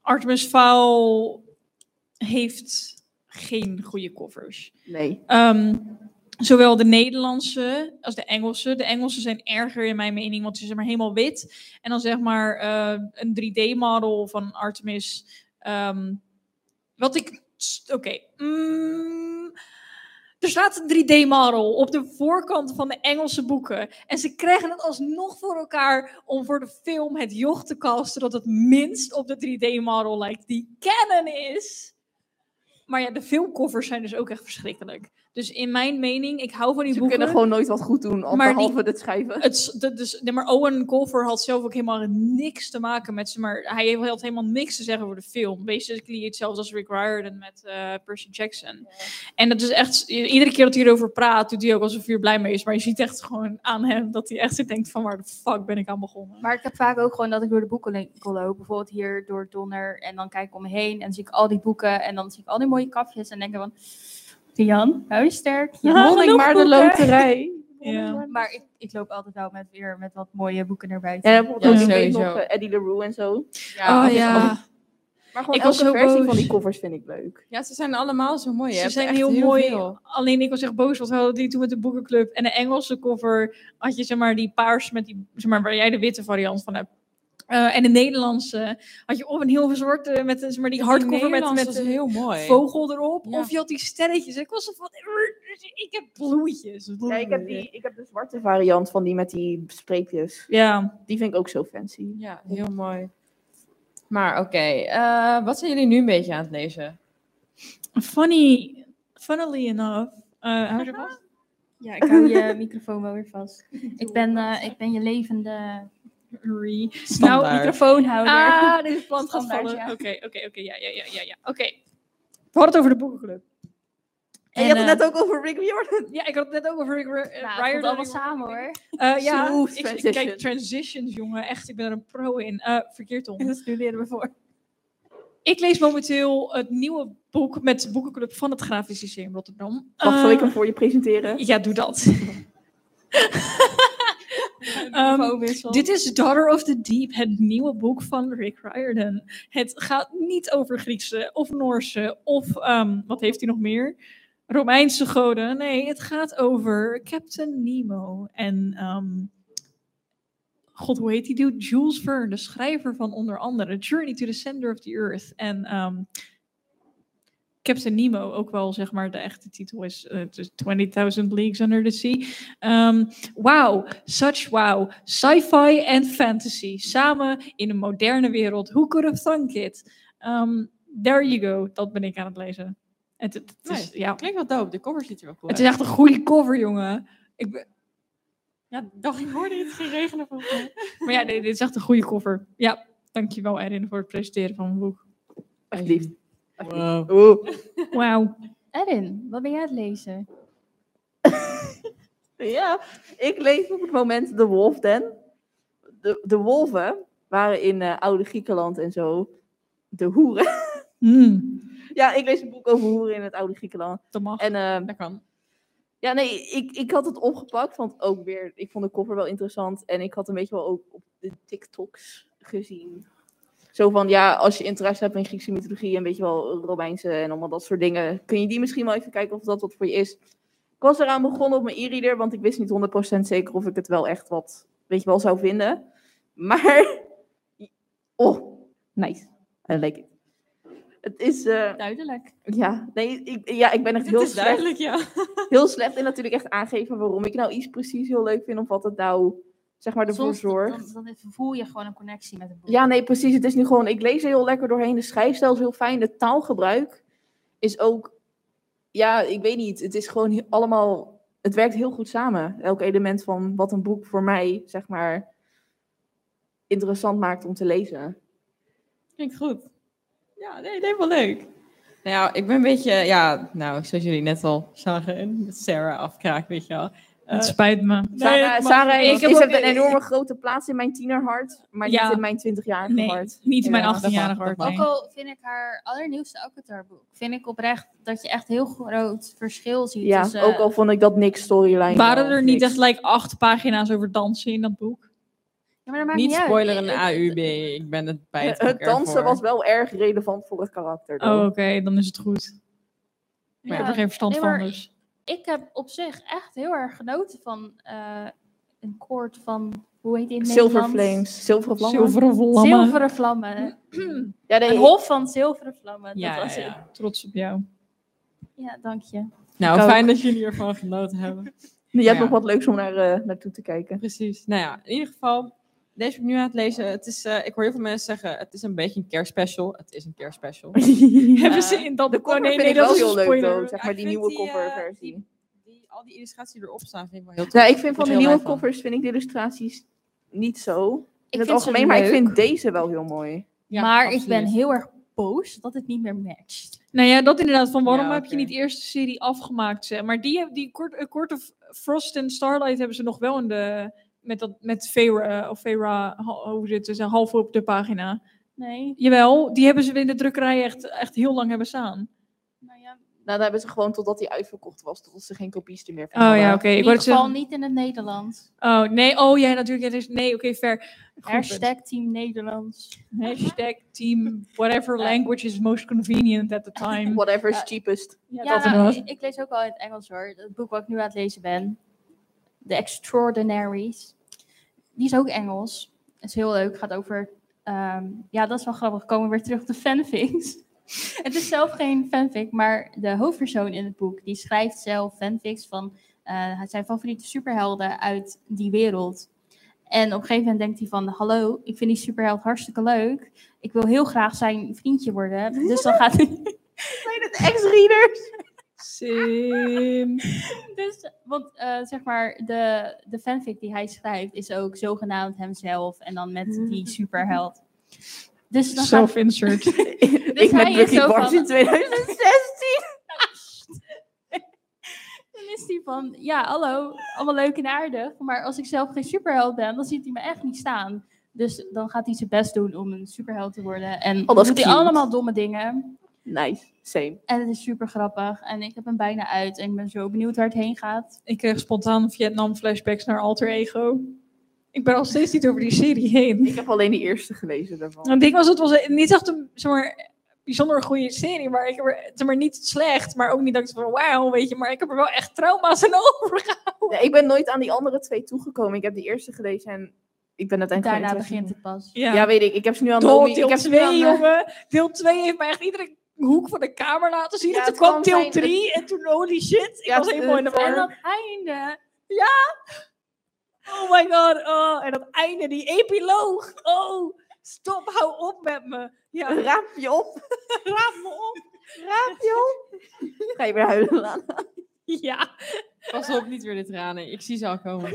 [SPEAKER 1] Artemis Fowl heeft geen goede covers.
[SPEAKER 4] Nee.
[SPEAKER 1] Ehm, zowel de Nederlandse als de Engelse. De Engelse zijn erger in mijn mening, want ze zijn maar helemaal wit. En dan zeg maar eh, een 3D-model van Artemis. ehm, wat ik. st- Oké. mm, er staat een 3D-model op de voorkant van de Engelse boeken. En ze krijgen het alsnog voor elkaar om voor de film het joch te casten dat het minst op de 3D-model lijkt die canon is. Maar ja, de filmcovers zijn dus ook echt verschrikkelijk. Dus in mijn mening, ik hou van die
[SPEAKER 4] Ze
[SPEAKER 1] boeken.
[SPEAKER 4] kunnen gewoon nooit wat goed doen, al
[SPEAKER 1] Maar die-
[SPEAKER 4] behalve het schrijven.
[SPEAKER 1] Het, s- de- dus, nee, maar Owen Colfer had zelf ook helemaal niks te maken met ze. Maar hij had helemaal niks te zeggen over de film. Basically hetzelfde als Rick Riordan met eh, Percy Jackson. En dat is echt... i- Iedere keer dat hij erover praat, doet hij ook alsof hij er blij mee is. Maar je ziet echt gewoon aan hem dat hij echt zo denkt van... Waar de fuck ben ik aan begonnen?
[SPEAKER 3] Maar ik heb vaak ook gewoon dat ik door de boekenwinkel loop. Bijvoorbeeld hier door Donner. En dan kijk ik om me heen en dan zie ik al die boeken. En dan zie ik al die mooie kapjes. En denk ik van, Jan, hou je sterk. Je hebt
[SPEAKER 1] [LAUGHS] Ja,
[SPEAKER 4] Won ik
[SPEAKER 3] genoeg
[SPEAKER 4] maar de
[SPEAKER 3] boeken."
[SPEAKER 4] loterij.
[SPEAKER 1] Ja.
[SPEAKER 3] Maar ik, ik loop altijd wel met, weer met wat mooie boeken naar buiten.
[SPEAKER 4] En dan bijvoorbeeld
[SPEAKER 2] Ja,
[SPEAKER 4] ook, ik weet nog
[SPEAKER 2] sowieso.
[SPEAKER 4] eh, Eddie LaRue en zo.
[SPEAKER 2] Ja, dus
[SPEAKER 1] oh ja,
[SPEAKER 4] Maar gewoon
[SPEAKER 1] Ik was
[SPEAKER 4] elke
[SPEAKER 1] zo
[SPEAKER 4] versie
[SPEAKER 1] boos.
[SPEAKER 4] van die covers vind ik leuk.
[SPEAKER 2] Ja, ze zijn allemaal zo mooi. Oh Je
[SPEAKER 1] ze
[SPEAKER 2] hebt
[SPEAKER 1] zijn
[SPEAKER 2] echt
[SPEAKER 1] heel, mooi.
[SPEAKER 2] veel.
[SPEAKER 1] Alleen ik was echt boos, want we hadden die toen met de boekenclub. En de Engelse cover had je zeg maar die paars met die, zeg maar, waar jij de witte variant van hebt. Eh, en de Nederlandse had je of een heel zwart eh, met zeg maar, die hardcover met, met
[SPEAKER 2] is heel mooi.
[SPEAKER 1] een vogel erop.
[SPEAKER 2] Ja.
[SPEAKER 1] Of je had die sterretjes. Ik was zo van, ik heb bloeitjes.
[SPEAKER 4] Ja, ik heb, die, ik heb de zwarte variant van die met die streepjes.
[SPEAKER 1] Ja.
[SPEAKER 4] Die vind ik ook zo fancy.
[SPEAKER 2] Ja, heel mooi. Maar oké, eh, wat zijn jullie nu een beetje aan het lezen?
[SPEAKER 1] Funny, funnily enough. eh,
[SPEAKER 2] Oh,
[SPEAKER 1] hou je vast?
[SPEAKER 3] Ja, ik hou [LAUGHS] je microfoon wel weer vast. Ik ben, eh, ik ben je levende
[SPEAKER 1] Re- Nou,
[SPEAKER 2] Standaard.
[SPEAKER 3] microfoonhouder.
[SPEAKER 1] Ah, deze plant gaat
[SPEAKER 3] Standaard,
[SPEAKER 1] vallen.
[SPEAKER 3] ja.
[SPEAKER 1] Oké, oké, oké. Ja, ja, ja, ja. ja. Oké. We hadden het over de boekenclub.
[SPEAKER 4] En, eh, je had
[SPEAKER 1] eh,
[SPEAKER 4] het net ook over Rick Riordan.
[SPEAKER 1] Ja, ik had het net ook over Rick Ri- eh,
[SPEAKER 3] Nou, het komt
[SPEAKER 1] Riordan.
[SPEAKER 3] allemaal samen hoor.
[SPEAKER 1] Eh, ja,
[SPEAKER 4] Smooth
[SPEAKER 1] ik, ik
[SPEAKER 4] transition.
[SPEAKER 1] kijk transitions, jongen. Echt, ik ben er een pro in. Eh, verkeerd om.
[SPEAKER 3] dat studeren we voor.
[SPEAKER 1] Ik lees momenteel het nieuwe boek met de boekenclub van het Grafisch Lyceum Rotterdam.
[SPEAKER 4] Wacht,
[SPEAKER 1] Eh,
[SPEAKER 4] zal ik hem voor je presenteren?
[SPEAKER 1] Ja, doe
[SPEAKER 4] [LAUGHS]
[SPEAKER 1] dat. Ehm, dit is Daughter of the Deep, het nieuwe boek van Rick Riordan. Het gaat niet over Griekse of Noorse of ehm, wat heeft hij nog meer? Romeinse goden. Nee, het gaat over Captain Nemo en ehm, God, hoe heet die dude? Jules Verne, de schrijver van onder andere Journey to the Center of the Earth en ehm, Captain Nemo, ook wel zeg maar de echte titel is eh, dus 20.000 Leagues Under the Sea. Ehm, Wauw, such wow. Sci-fi en fantasy samen in een moderne wereld. Who could have thunk it? Ehm, there you go, dat ben ik aan het lezen. Het, het- het is,
[SPEAKER 2] Nice.
[SPEAKER 1] ja,
[SPEAKER 2] Klinkt wel dope, de cover ziet er wel cool
[SPEAKER 1] het
[SPEAKER 2] uit.
[SPEAKER 1] is echt een goede cover, jongen. Ik ben,
[SPEAKER 2] Ja, dacht ik hoorde iets ging regenen van
[SPEAKER 1] maar ja, nee, dit is echt een goede cover. Ja, dankjewel Erin voor het presenteren van mijn boek.
[SPEAKER 4] Echt lief. Oeh.
[SPEAKER 1] Wauw.
[SPEAKER 3] Erin, wat ben jij aan het lezen?
[SPEAKER 4] Ja, ik lees op het moment de Wolf Den. De, de wolven waren in eh, oude Griekenland en zo de hoeren. [LAUGHS]
[SPEAKER 1] Mm,
[SPEAKER 4] ja, ik lees een boek over hoeren in het oude Griekenland.
[SPEAKER 1] dat mag.
[SPEAKER 4] En eh,
[SPEAKER 2] Dat kan.
[SPEAKER 4] ja, nee, ik, ik had het opgepakt, want ook weer, ik vond de koffer wel interessant. En ik had een beetje wel ook op de TikToks gezien. Zo van, ja, als je interesse hebt in Griekse mythologie en weet je wel, Romeinse en allemaal dat soort dingen. Kun je die misschien wel even kijken of dat wat voor je is. Ik was eraan begonnen op mijn e-reader, want ik wist niet 100% zeker of ik het wel echt wat, weet je wel, zou vinden. [LAUGHS] Maar, oh, nice. I like it. Het is, eh,
[SPEAKER 3] Duidelijk.
[SPEAKER 4] ja, nee, ik, ja, ik ben echt
[SPEAKER 2] Dit
[SPEAKER 4] heel
[SPEAKER 2] is
[SPEAKER 4] slecht
[SPEAKER 2] duidelijk, ja.
[SPEAKER 4] heel slecht en natuurlijk echt aangeven waarom ik nou iets precies heel leuk vind of wat het nou zeg maar ervoor
[SPEAKER 3] Soms
[SPEAKER 4] zorgt.
[SPEAKER 3] dan, dan voel je gewoon een connectie met het boek.
[SPEAKER 4] Ja, nee, precies. Het is nu gewoon, ik lees er heel lekker doorheen. De schrijfstijl is heel fijn. De taalgebruik is ook, ja, ik weet niet. Het is gewoon he- allemaal, het werkt heel goed samen. Elk element van wat een boek voor mij, zeg maar, interessant maakt om te lezen.
[SPEAKER 2] Klinkt goed. Ja, nee, nee, wel leuk. Nou ja, ik ben een beetje, ja, nou, zoals jullie net al zagen, met Sarah afkraak, weet je wel. Eh,
[SPEAKER 1] het spijt me.
[SPEAKER 4] Sarah,
[SPEAKER 2] het mag
[SPEAKER 4] Sarah
[SPEAKER 1] niet.
[SPEAKER 4] heeft,
[SPEAKER 1] Ik heb
[SPEAKER 4] heeft
[SPEAKER 1] ook-
[SPEAKER 4] een enorme grote plaats in mijn tienerhart, maar
[SPEAKER 1] Ja.
[SPEAKER 4] niet in mijn twintigjarige
[SPEAKER 1] Nee,
[SPEAKER 4] hart.
[SPEAKER 1] niet mijn
[SPEAKER 4] Ja, dat
[SPEAKER 1] 18-jarige
[SPEAKER 2] mag, dat
[SPEAKER 1] hart.
[SPEAKER 2] mag.
[SPEAKER 1] nee.
[SPEAKER 3] Ook al vind ik haar allernieuwste Alcatar-boek, vind ik oprecht dat je echt heel groot verschil ziet.
[SPEAKER 4] Ja,
[SPEAKER 3] tussen,
[SPEAKER 4] ook al vond ik dat niks storyline.
[SPEAKER 1] Waren
[SPEAKER 4] wel,
[SPEAKER 1] er niet
[SPEAKER 4] niks.
[SPEAKER 1] echt like, acht pagina's over dansen in dat boek?
[SPEAKER 3] Ja, maar dat maakt
[SPEAKER 2] niet
[SPEAKER 3] uit.
[SPEAKER 2] spoileren
[SPEAKER 3] Ik-
[SPEAKER 2] een AUB, ik ben het bij het
[SPEAKER 4] [LAUGHS] Het, dansen was wel erg relevant voor het karakter.
[SPEAKER 1] Oh, oké,
[SPEAKER 4] though.
[SPEAKER 1] dan is het goed. Ik
[SPEAKER 3] Ja.
[SPEAKER 1] heb er geen verstand
[SPEAKER 3] Nee,
[SPEAKER 1] van,
[SPEAKER 3] maar-
[SPEAKER 1] dus.
[SPEAKER 3] Ik heb op zich echt heel erg genoten van eh, een koord van, hoe heet die in het
[SPEAKER 4] Silver
[SPEAKER 3] Nederlands?
[SPEAKER 4] Flames. Zilveren vlammen.
[SPEAKER 1] Zilveren vlammen.
[SPEAKER 3] Zilveren vlammen.
[SPEAKER 4] Ja, nee,
[SPEAKER 3] Een hof van zilveren vlammen.
[SPEAKER 2] Ja,
[SPEAKER 3] dat was
[SPEAKER 2] ja,
[SPEAKER 3] het.
[SPEAKER 2] ja.
[SPEAKER 1] Trots op jou.
[SPEAKER 3] Ja, dank je.
[SPEAKER 2] Nou,
[SPEAKER 4] Ik ook.
[SPEAKER 2] fijn dat jullie ervan genoten hebben.
[SPEAKER 4] je hebt
[SPEAKER 2] Ja.
[SPEAKER 1] [LAUGHS]
[SPEAKER 4] nog wat leuks om naar, eh, naartoe te kijken.
[SPEAKER 2] Precies. Nou ja, in ieder geval, Deze ben ik nu aan het lezen. Het is, eh, ik hoor heel veel mensen zeggen, het is een beetje een kerstspecial. Het is een kerstspecial.
[SPEAKER 1] Hebben ze in dat
[SPEAKER 4] De cover
[SPEAKER 1] Oh, nee,
[SPEAKER 4] vind
[SPEAKER 1] nee,
[SPEAKER 4] ik
[SPEAKER 1] dat
[SPEAKER 4] wel
[SPEAKER 1] is
[SPEAKER 4] heel
[SPEAKER 1] een
[SPEAKER 4] leuk,
[SPEAKER 1] spoiler.
[SPEAKER 4] though, zeg
[SPEAKER 2] Ja,
[SPEAKER 4] maar
[SPEAKER 2] ik
[SPEAKER 4] die
[SPEAKER 2] vind
[SPEAKER 4] nieuwe
[SPEAKER 2] die, eh,
[SPEAKER 4] coverversie.
[SPEAKER 2] die- Die, al die illustraties die erop staan, vind ik wel heel tof.
[SPEAKER 4] Nou, ik vind van
[SPEAKER 2] Word
[SPEAKER 4] de
[SPEAKER 2] er heel
[SPEAKER 4] nieuwe
[SPEAKER 2] blij van.
[SPEAKER 4] covers vind ik de illustraties niet zo. In
[SPEAKER 3] Ik
[SPEAKER 4] het
[SPEAKER 3] vind ze
[SPEAKER 4] algemeen, maar ik
[SPEAKER 3] leuk,
[SPEAKER 4] vind deze wel heel mooi.
[SPEAKER 2] Ja,
[SPEAKER 3] maar ik
[SPEAKER 2] absoluut.
[SPEAKER 3] ben heel erg boos dat het niet meer matcht.
[SPEAKER 1] Nou ja, dat inderdaad. Van waarom
[SPEAKER 2] Ja,
[SPEAKER 1] heb
[SPEAKER 2] oké.
[SPEAKER 1] je niet eerst de serie afgemaakt? Zeg. Maar die, heb- die kort, eh, korte F- Frost en Starlight hebben ze nog wel in de... Met, dat, met Vera, of Vera, ha- hoe zit ze, zijn half op de pagina.
[SPEAKER 3] Nee,
[SPEAKER 1] Jawel, die hebben ze in de drukkerij echt, echt heel lang hebben staan.
[SPEAKER 3] nou ja.
[SPEAKER 4] Nou, daar hebben ze gewoon totdat die uitverkocht was, totdat ze geen kopies er meer van
[SPEAKER 1] Oh
[SPEAKER 4] hadden.
[SPEAKER 1] ja, oké.
[SPEAKER 3] In
[SPEAKER 1] Ik
[SPEAKER 3] ieder
[SPEAKER 1] word
[SPEAKER 3] geval
[SPEAKER 1] zeggen...
[SPEAKER 3] niet in het Nederlands.
[SPEAKER 1] Oh, nee, oh ja, natuurlijk. ja, dus- Nee, oké, fair. Goed punt.
[SPEAKER 3] Hashtag Team Nederlands.
[SPEAKER 1] Hashtag team whatever language is most convenient at the time.
[SPEAKER 4] Whatever is cheapest.
[SPEAKER 1] Ja,
[SPEAKER 3] Ja, nou,
[SPEAKER 1] dat inderdaad.
[SPEAKER 3] ik, ik lees ook al in het Engels hoor. Het boek wat ik nu aan het lezen ben. The Extraordinaries. Die is ook Engels. Is heel leuk. Gaat over... ehm, ja, dat is wel grappig. Komen we weer terug op de fanfics. [LAUGHS] het is zelf geen fanfic, maar de hoofdpersoon in het boek... die schrijft zelf fanfics van eh, zijn favoriete superhelden uit die wereld. En op een gegeven moment denkt hij van... Hallo, ik vind die superheld hartstikke leuk. Ik wil heel graag zijn vriendje
[SPEAKER 1] [LAUGHS]
[SPEAKER 3] worden. Dus dan gaat hij...
[SPEAKER 4] Zijn het ex-readers?
[SPEAKER 1] Sim.
[SPEAKER 3] Dus, want eh, zeg maar, de, de fanfic die hij schrijft is ook zogenaamd hemzelf en dan met
[SPEAKER 4] [LAUGHS]
[SPEAKER 3] die superheld. Dus dan gaat...
[SPEAKER 1] Self-insert.
[SPEAKER 3] Dus
[SPEAKER 4] ik
[SPEAKER 3] hij
[SPEAKER 4] met
[SPEAKER 3] is
[SPEAKER 4] Bucky
[SPEAKER 3] zo
[SPEAKER 4] Barnes
[SPEAKER 3] van-
[SPEAKER 4] in 2016.
[SPEAKER 3] Dan is hij van, ja, hallo, allemaal leuk en aardig, maar als ik zelf geen superheld ben, dan ziet hij me echt niet staan. Dus dan gaat hij zijn best doen om een superheld te worden. En
[SPEAKER 4] Oh, dat is
[SPEAKER 3] doet hij
[SPEAKER 4] cute.
[SPEAKER 3] allemaal domme dingen.
[SPEAKER 4] Nice, same.
[SPEAKER 3] En het is super grappig. En ik heb hem bijna uit. En ik ben zo benieuwd waar het heen gaat.
[SPEAKER 1] Ik kreeg spontaan Vietnam-flashbacks naar Alter Ego. Ik ben al steeds niet over die serie heen.
[SPEAKER 4] Ik heb alleen die eerste gelezen daarvan.
[SPEAKER 1] Het ding was, het was niet echt een zeg maar, bijzonder goede serie, maar ik heb er zeg maar, niet slecht, maar ook niet dat ik van wauw, weet je, maar ik heb er wel echt trauma's aan [LAUGHS] over.
[SPEAKER 4] Nee, ik ben nooit aan die andere twee toegekomen. Ik heb die eerste gelezen en ik ben uiteindelijk
[SPEAKER 3] Daarna
[SPEAKER 4] gewoon
[SPEAKER 3] begint
[SPEAKER 4] interesse-
[SPEAKER 3] het pas.
[SPEAKER 4] Ja. weet ik. Ik heb ze nu aan
[SPEAKER 1] Door
[SPEAKER 4] Nomi. Ik
[SPEAKER 1] deel
[SPEAKER 4] heb ze nu
[SPEAKER 1] 2,
[SPEAKER 4] aan, eh,
[SPEAKER 1] jongen. Deel 2 heeft mij echt iedere hoek van de kamer laten zien.
[SPEAKER 4] Ja,
[SPEAKER 1] en toen
[SPEAKER 4] het
[SPEAKER 1] kwam
[SPEAKER 4] kan
[SPEAKER 1] deel
[SPEAKER 4] zijn-
[SPEAKER 1] 3 en toen holy shit, ik
[SPEAKER 4] Ja,
[SPEAKER 1] was
[SPEAKER 4] het-
[SPEAKER 1] helemaal in de
[SPEAKER 3] En
[SPEAKER 1] war.
[SPEAKER 3] dat einde.
[SPEAKER 1] Oh my god, oh, en dat einde, die epiloog. Oh, stop, hou op met me.
[SPEAKER 4] [LAUGHS]
[SPEAKER 1] Ja,
[SPEAKER 4] eh, Raap je op.
[SPEAKER 1] raap me op.
[SPEAKER 4] Raap je op. [LAUGHS] Ga je weer huilen, Lana?
[SPEAKER 1] Ja.
[SPEAKER 2] Pas op, niet weer de tranen. Ik zie ze al [LAUGHS] komen.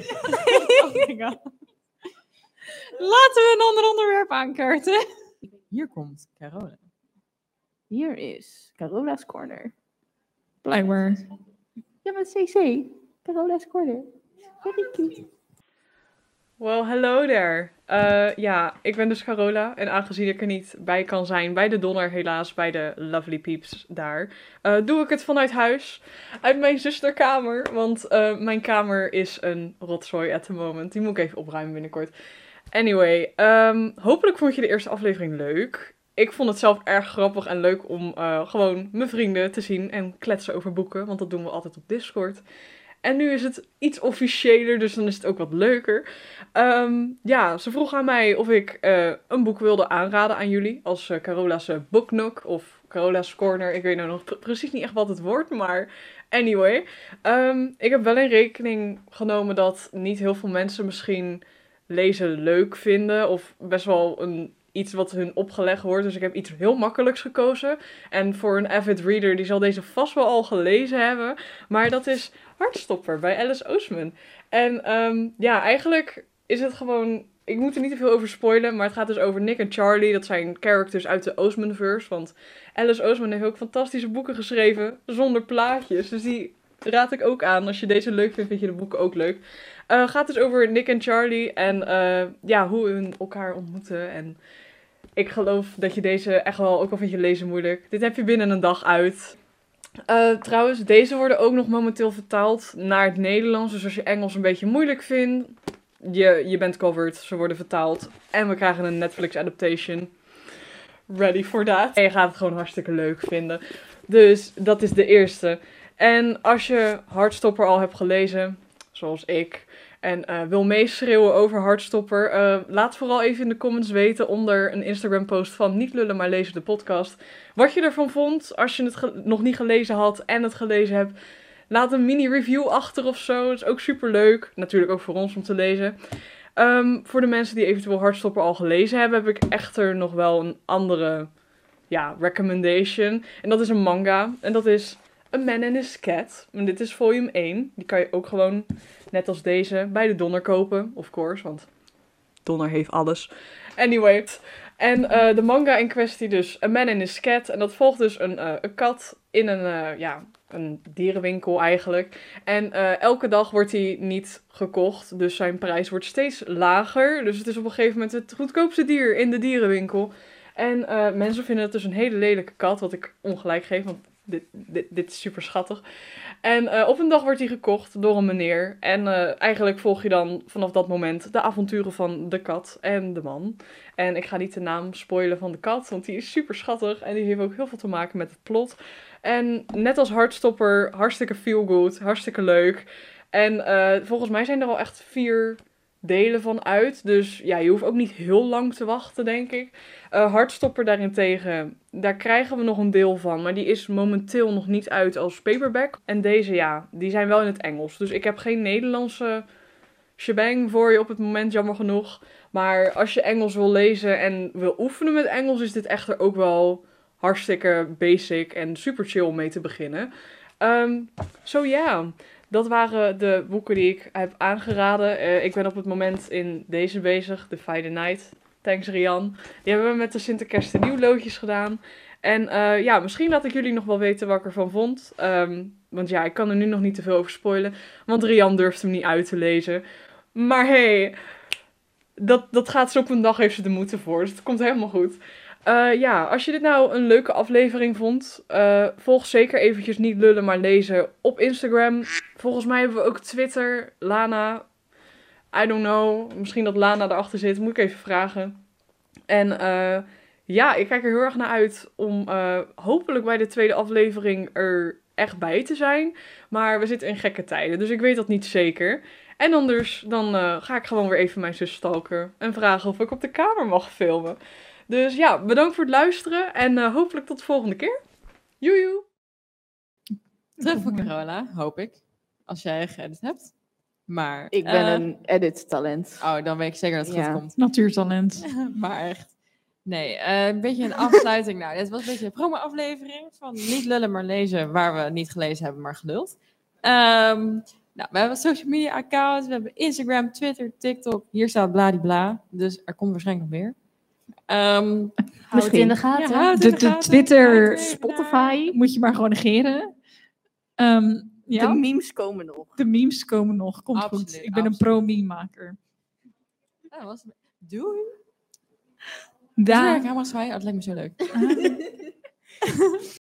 [SPEAKER 1] Laten we een ander onderwerp aankaarten.
[SPEAKER 2] Hier komt Carola.
[SPEAKER 4] Hier is Carola's Corner.
[SPEAKER 1] Blijkbaar.
[SPEAKER 4] Ja, met CC. Carola's Corner. Very cute.
[SPEAKER 5] Well, hallo daar. Eh, ja, ik ben dus Carola. En aangezien ik er niet bij kan zijn, bij de Donner helaas, bij de Lovely Peeps daar, eh, doe ik het vanuit huis. Uit mijn zusterkamer, want eh, mijn kamer is een rotzooi at the moment. Die moet ik even opruimen binnenkort. Anyway, ehm, hopelijk vond je de eerste aflevering leuk. Ik vond het zelf erg grappig en leuk om eh, gewoon mijn vrienden te zien en kletsen over boeken, want dat doen we altijd op Discord. En nu is het iets officiëler, dus dan is het ook wat leuker. Ehm, ja, ze vroeg aan mij of ik eh, een boek wilde aanraden aan jullie. Als eh, Carola's eh, Booknook of Carola's Corner. Ik weet nou nog pre- precies niet echt wat het wordt, maar anyway. Ehm, ik heb wel in rekening genomen dat niet heel veel mensen misschien lezen leuk vinden. Of best wel een, iets wat hun opgelegd wordt. Dus ik heb iets heel makkelijks gekozen. En voor een avid reader, die zal deze vast wel al gelezen hebben. Maar dat is Hartstopper bij Alice Oosman. En ehm, ja, eigenlijk is het gewoon. Ik moet er niet te veel over spoilen, maar het gaat dus over Nick en Charlie. Dat zijn characters uit de Oosmanverse. Want Alice Oosman heeft ook fantastische boeken geschreven zonder plaatjes. Dus die raad ik ook aan. Als je deze leuk vindt, vind je de boeken ook leuk. Eh gaat dus over Nick en Charlie en eh, ja, hoe hun elkaar ontmoeten. En ik geloof dat je deze echt wel, ook al vind je lezen moeilijk, dit heb je binnen een dag uit. Eh, trouwens, deze worden ook nog momenteel vertaald naar het Nederlands. Dus als je Engels een beetje moeilijk vindt, je, je bent covered. Ze worden vertaald. En we krijgen een Netflix adaptation. Ready for that. En je gaat het gewoon hartstikke leuk vinden. Dus dat is de eerste. En als je Hartstopper al hebt gelezen, zoals ik, en eh, wil meeschreeuwen over Hartstopper, eh, laat vooral even in de comments weten onder een Instagram-post van Niet Lullen maar Lezen de Podcast wat je ervan vond. Als je het ge- nog niet gelezen had en het gelezen hebt, laat een mini-review achter of zo. Dat is ook super leuk. Natuurlijk ook voor ons om te lezen. Ehm, voor de mensen die eventueel Hartstopper al gelezen hebben, heb ik echter nog wel een andere ja, recommendation. En dat is een manga. En dat is A Man and His Cat. En dit is volume 1. Die kan je ook gewoon, net als deze, bij de Donner kopen. Of course, want Donner heeft alles. Anyway. En eh, de manga in kwestie dus A Man and His Cat. En dat volgt dus een, eh, een kat in een, eh, ja, een dierenwinkel eigenlijk. En eh, elke dag wordt hij niet gekocht. Dus zijn prijs wordt steeds lager. Dus het is op een gegeven moment het goedkoopste dier in de dierenwinkel. En eh, mensen vinden het dus een hele lelijke kat. Wat ik ongelijk geef, want dit, dit, dit is super schattig. En eh, op een dag wordt hij gekocht door een meneer. En eh, eigenlijk volg je dan vanaf dat moment de avonturen van de kat en de man. En ik ga niet de naam spoilen van de kat, want die is super schattig. En die heeft ook heel veel te maken met het plot. En net als Hartstopper, hartstikke feel good, hartstikke leuk. En eh, volgens mij zijn er al echt vier delen van uit. Dus ja, je hoeft ook niet heel lang te wachten, denk ik. Eh Hartstopper daarentegen, daar krijgen we nog een deel van. Maar die is momenteel nog niet uit als paperback. En deze, ja, die zijn wel in het Engels. Dus ik heb geen Nederlandse shebang voor je op het moment, jammer genoeg. Maar als je Engels wil lezen en wil oefenen met Engels, is dit echter ook wel hartstikke basic en super chill om mee te beginnen. Ehm, Zo ja, dat waren de boeken die ik heb aangeraden. Eh, ik ben op het moment in deze bezig, The Friday Night. Thanks Rian. Die hebben we met de Sinterkerst de nieuwloodjes gedaan. En eh, ja, misschien laat ik jullie nog wel weten wat ik ervan vond. Ehm, want ja, ik kan er nu nog niet te veel over spoilen. Want Rian durft hem niet uit te lezen. Maar hey, dat, dat gaat ze op een dag, heeft ze de moeite voor. Dus het komt helemaal goed. Eh, ja, als je dit nou een leuke aflevering vond, eh, volg zeker eventjes niet lullen, maar lezen op Instagram. Volgens mij hebben we ook Twitter, Lana. I don't know. Misschien dat Lana erachter zit, moet ik even vragen. En eh, ja, ik kijk er heel erg naar uit om eh, hopelijk bij de tweede aflevering er echt bij te zijn. Maar we zitten in gekke tijden, dus ik weet dat niet zeker. En anders dan eh, ga ik gewoon weer even mijn zus stalken en vragen of ik op de kamer mag filmen. Dus ja, bedankt voor het luisteren en eh, hopelijk tot de volgende keer. Joejoe!
[SPEAKER 2] Terug voor Carola, hoop ik. Als jij geëdit hebt. Maar...
[SPEAKER 4] Ik ben
[SPEAKER 2] eh,
[SPEAKER 4] een edit talent.
[SPEAKER 2] Oh, dan weet ik zeker dat het
[SPEAKER 4] Ja.
[SPEAKER 2] goed komt.
[SPEAKER 1] Natuurtalent.
[SPEAKER 2] [LAUGHS] Maar echt. Nee, eh, een beetje een afsluiting. nou, dit was een beetje een promo-aflevering van Niet lullen, maar lezen. Waar we niet gelezen hebben, maar geduld. Ehm, nou, we hebben social media accounts. We hebben Instagram, Twitter, TikTok. Hier staat bladibla. Dus er komt waarschijnlijk nog meer. Ehm,
[SPEAKER 3] Houd het in de
[SPEAKER 2] ja,
[SPEAKER 3] gaten.
[SPEAKER 2] houd het
[SPEAKER 1] De-
[SPEAKER 2] in
[SPEAKER 1] de
[SPEAKER 2] gaten.
[SPEAKER 1] Twitter,
[SPEAKER 2] Houd het in de gaten.
[SPEAKER 4] Spotify.
[SPEAKER 1] Moet je maar gewoon negeren. Ehm, ja,
[SPEAKER 4] De
[SPEAKER 1] de,
[SPEAKER 4] memes komen nog.
[SPEAKER 1] memes komen nog. Komt
[SPEAKER 2] Absoluut,
[SPEAKER 1] goed. Ik ben
[SPEAKER 2] absoluut.
[SPEAKER 1] een pro-meme-maker.
[SPEAKER 2] Ja, dat was het. Doei.
[SPEAKER 1] Daar.
[SPEAKER 2] Ja, ik hou maar zwaaien. Oh, Het lijkt me zo leuk.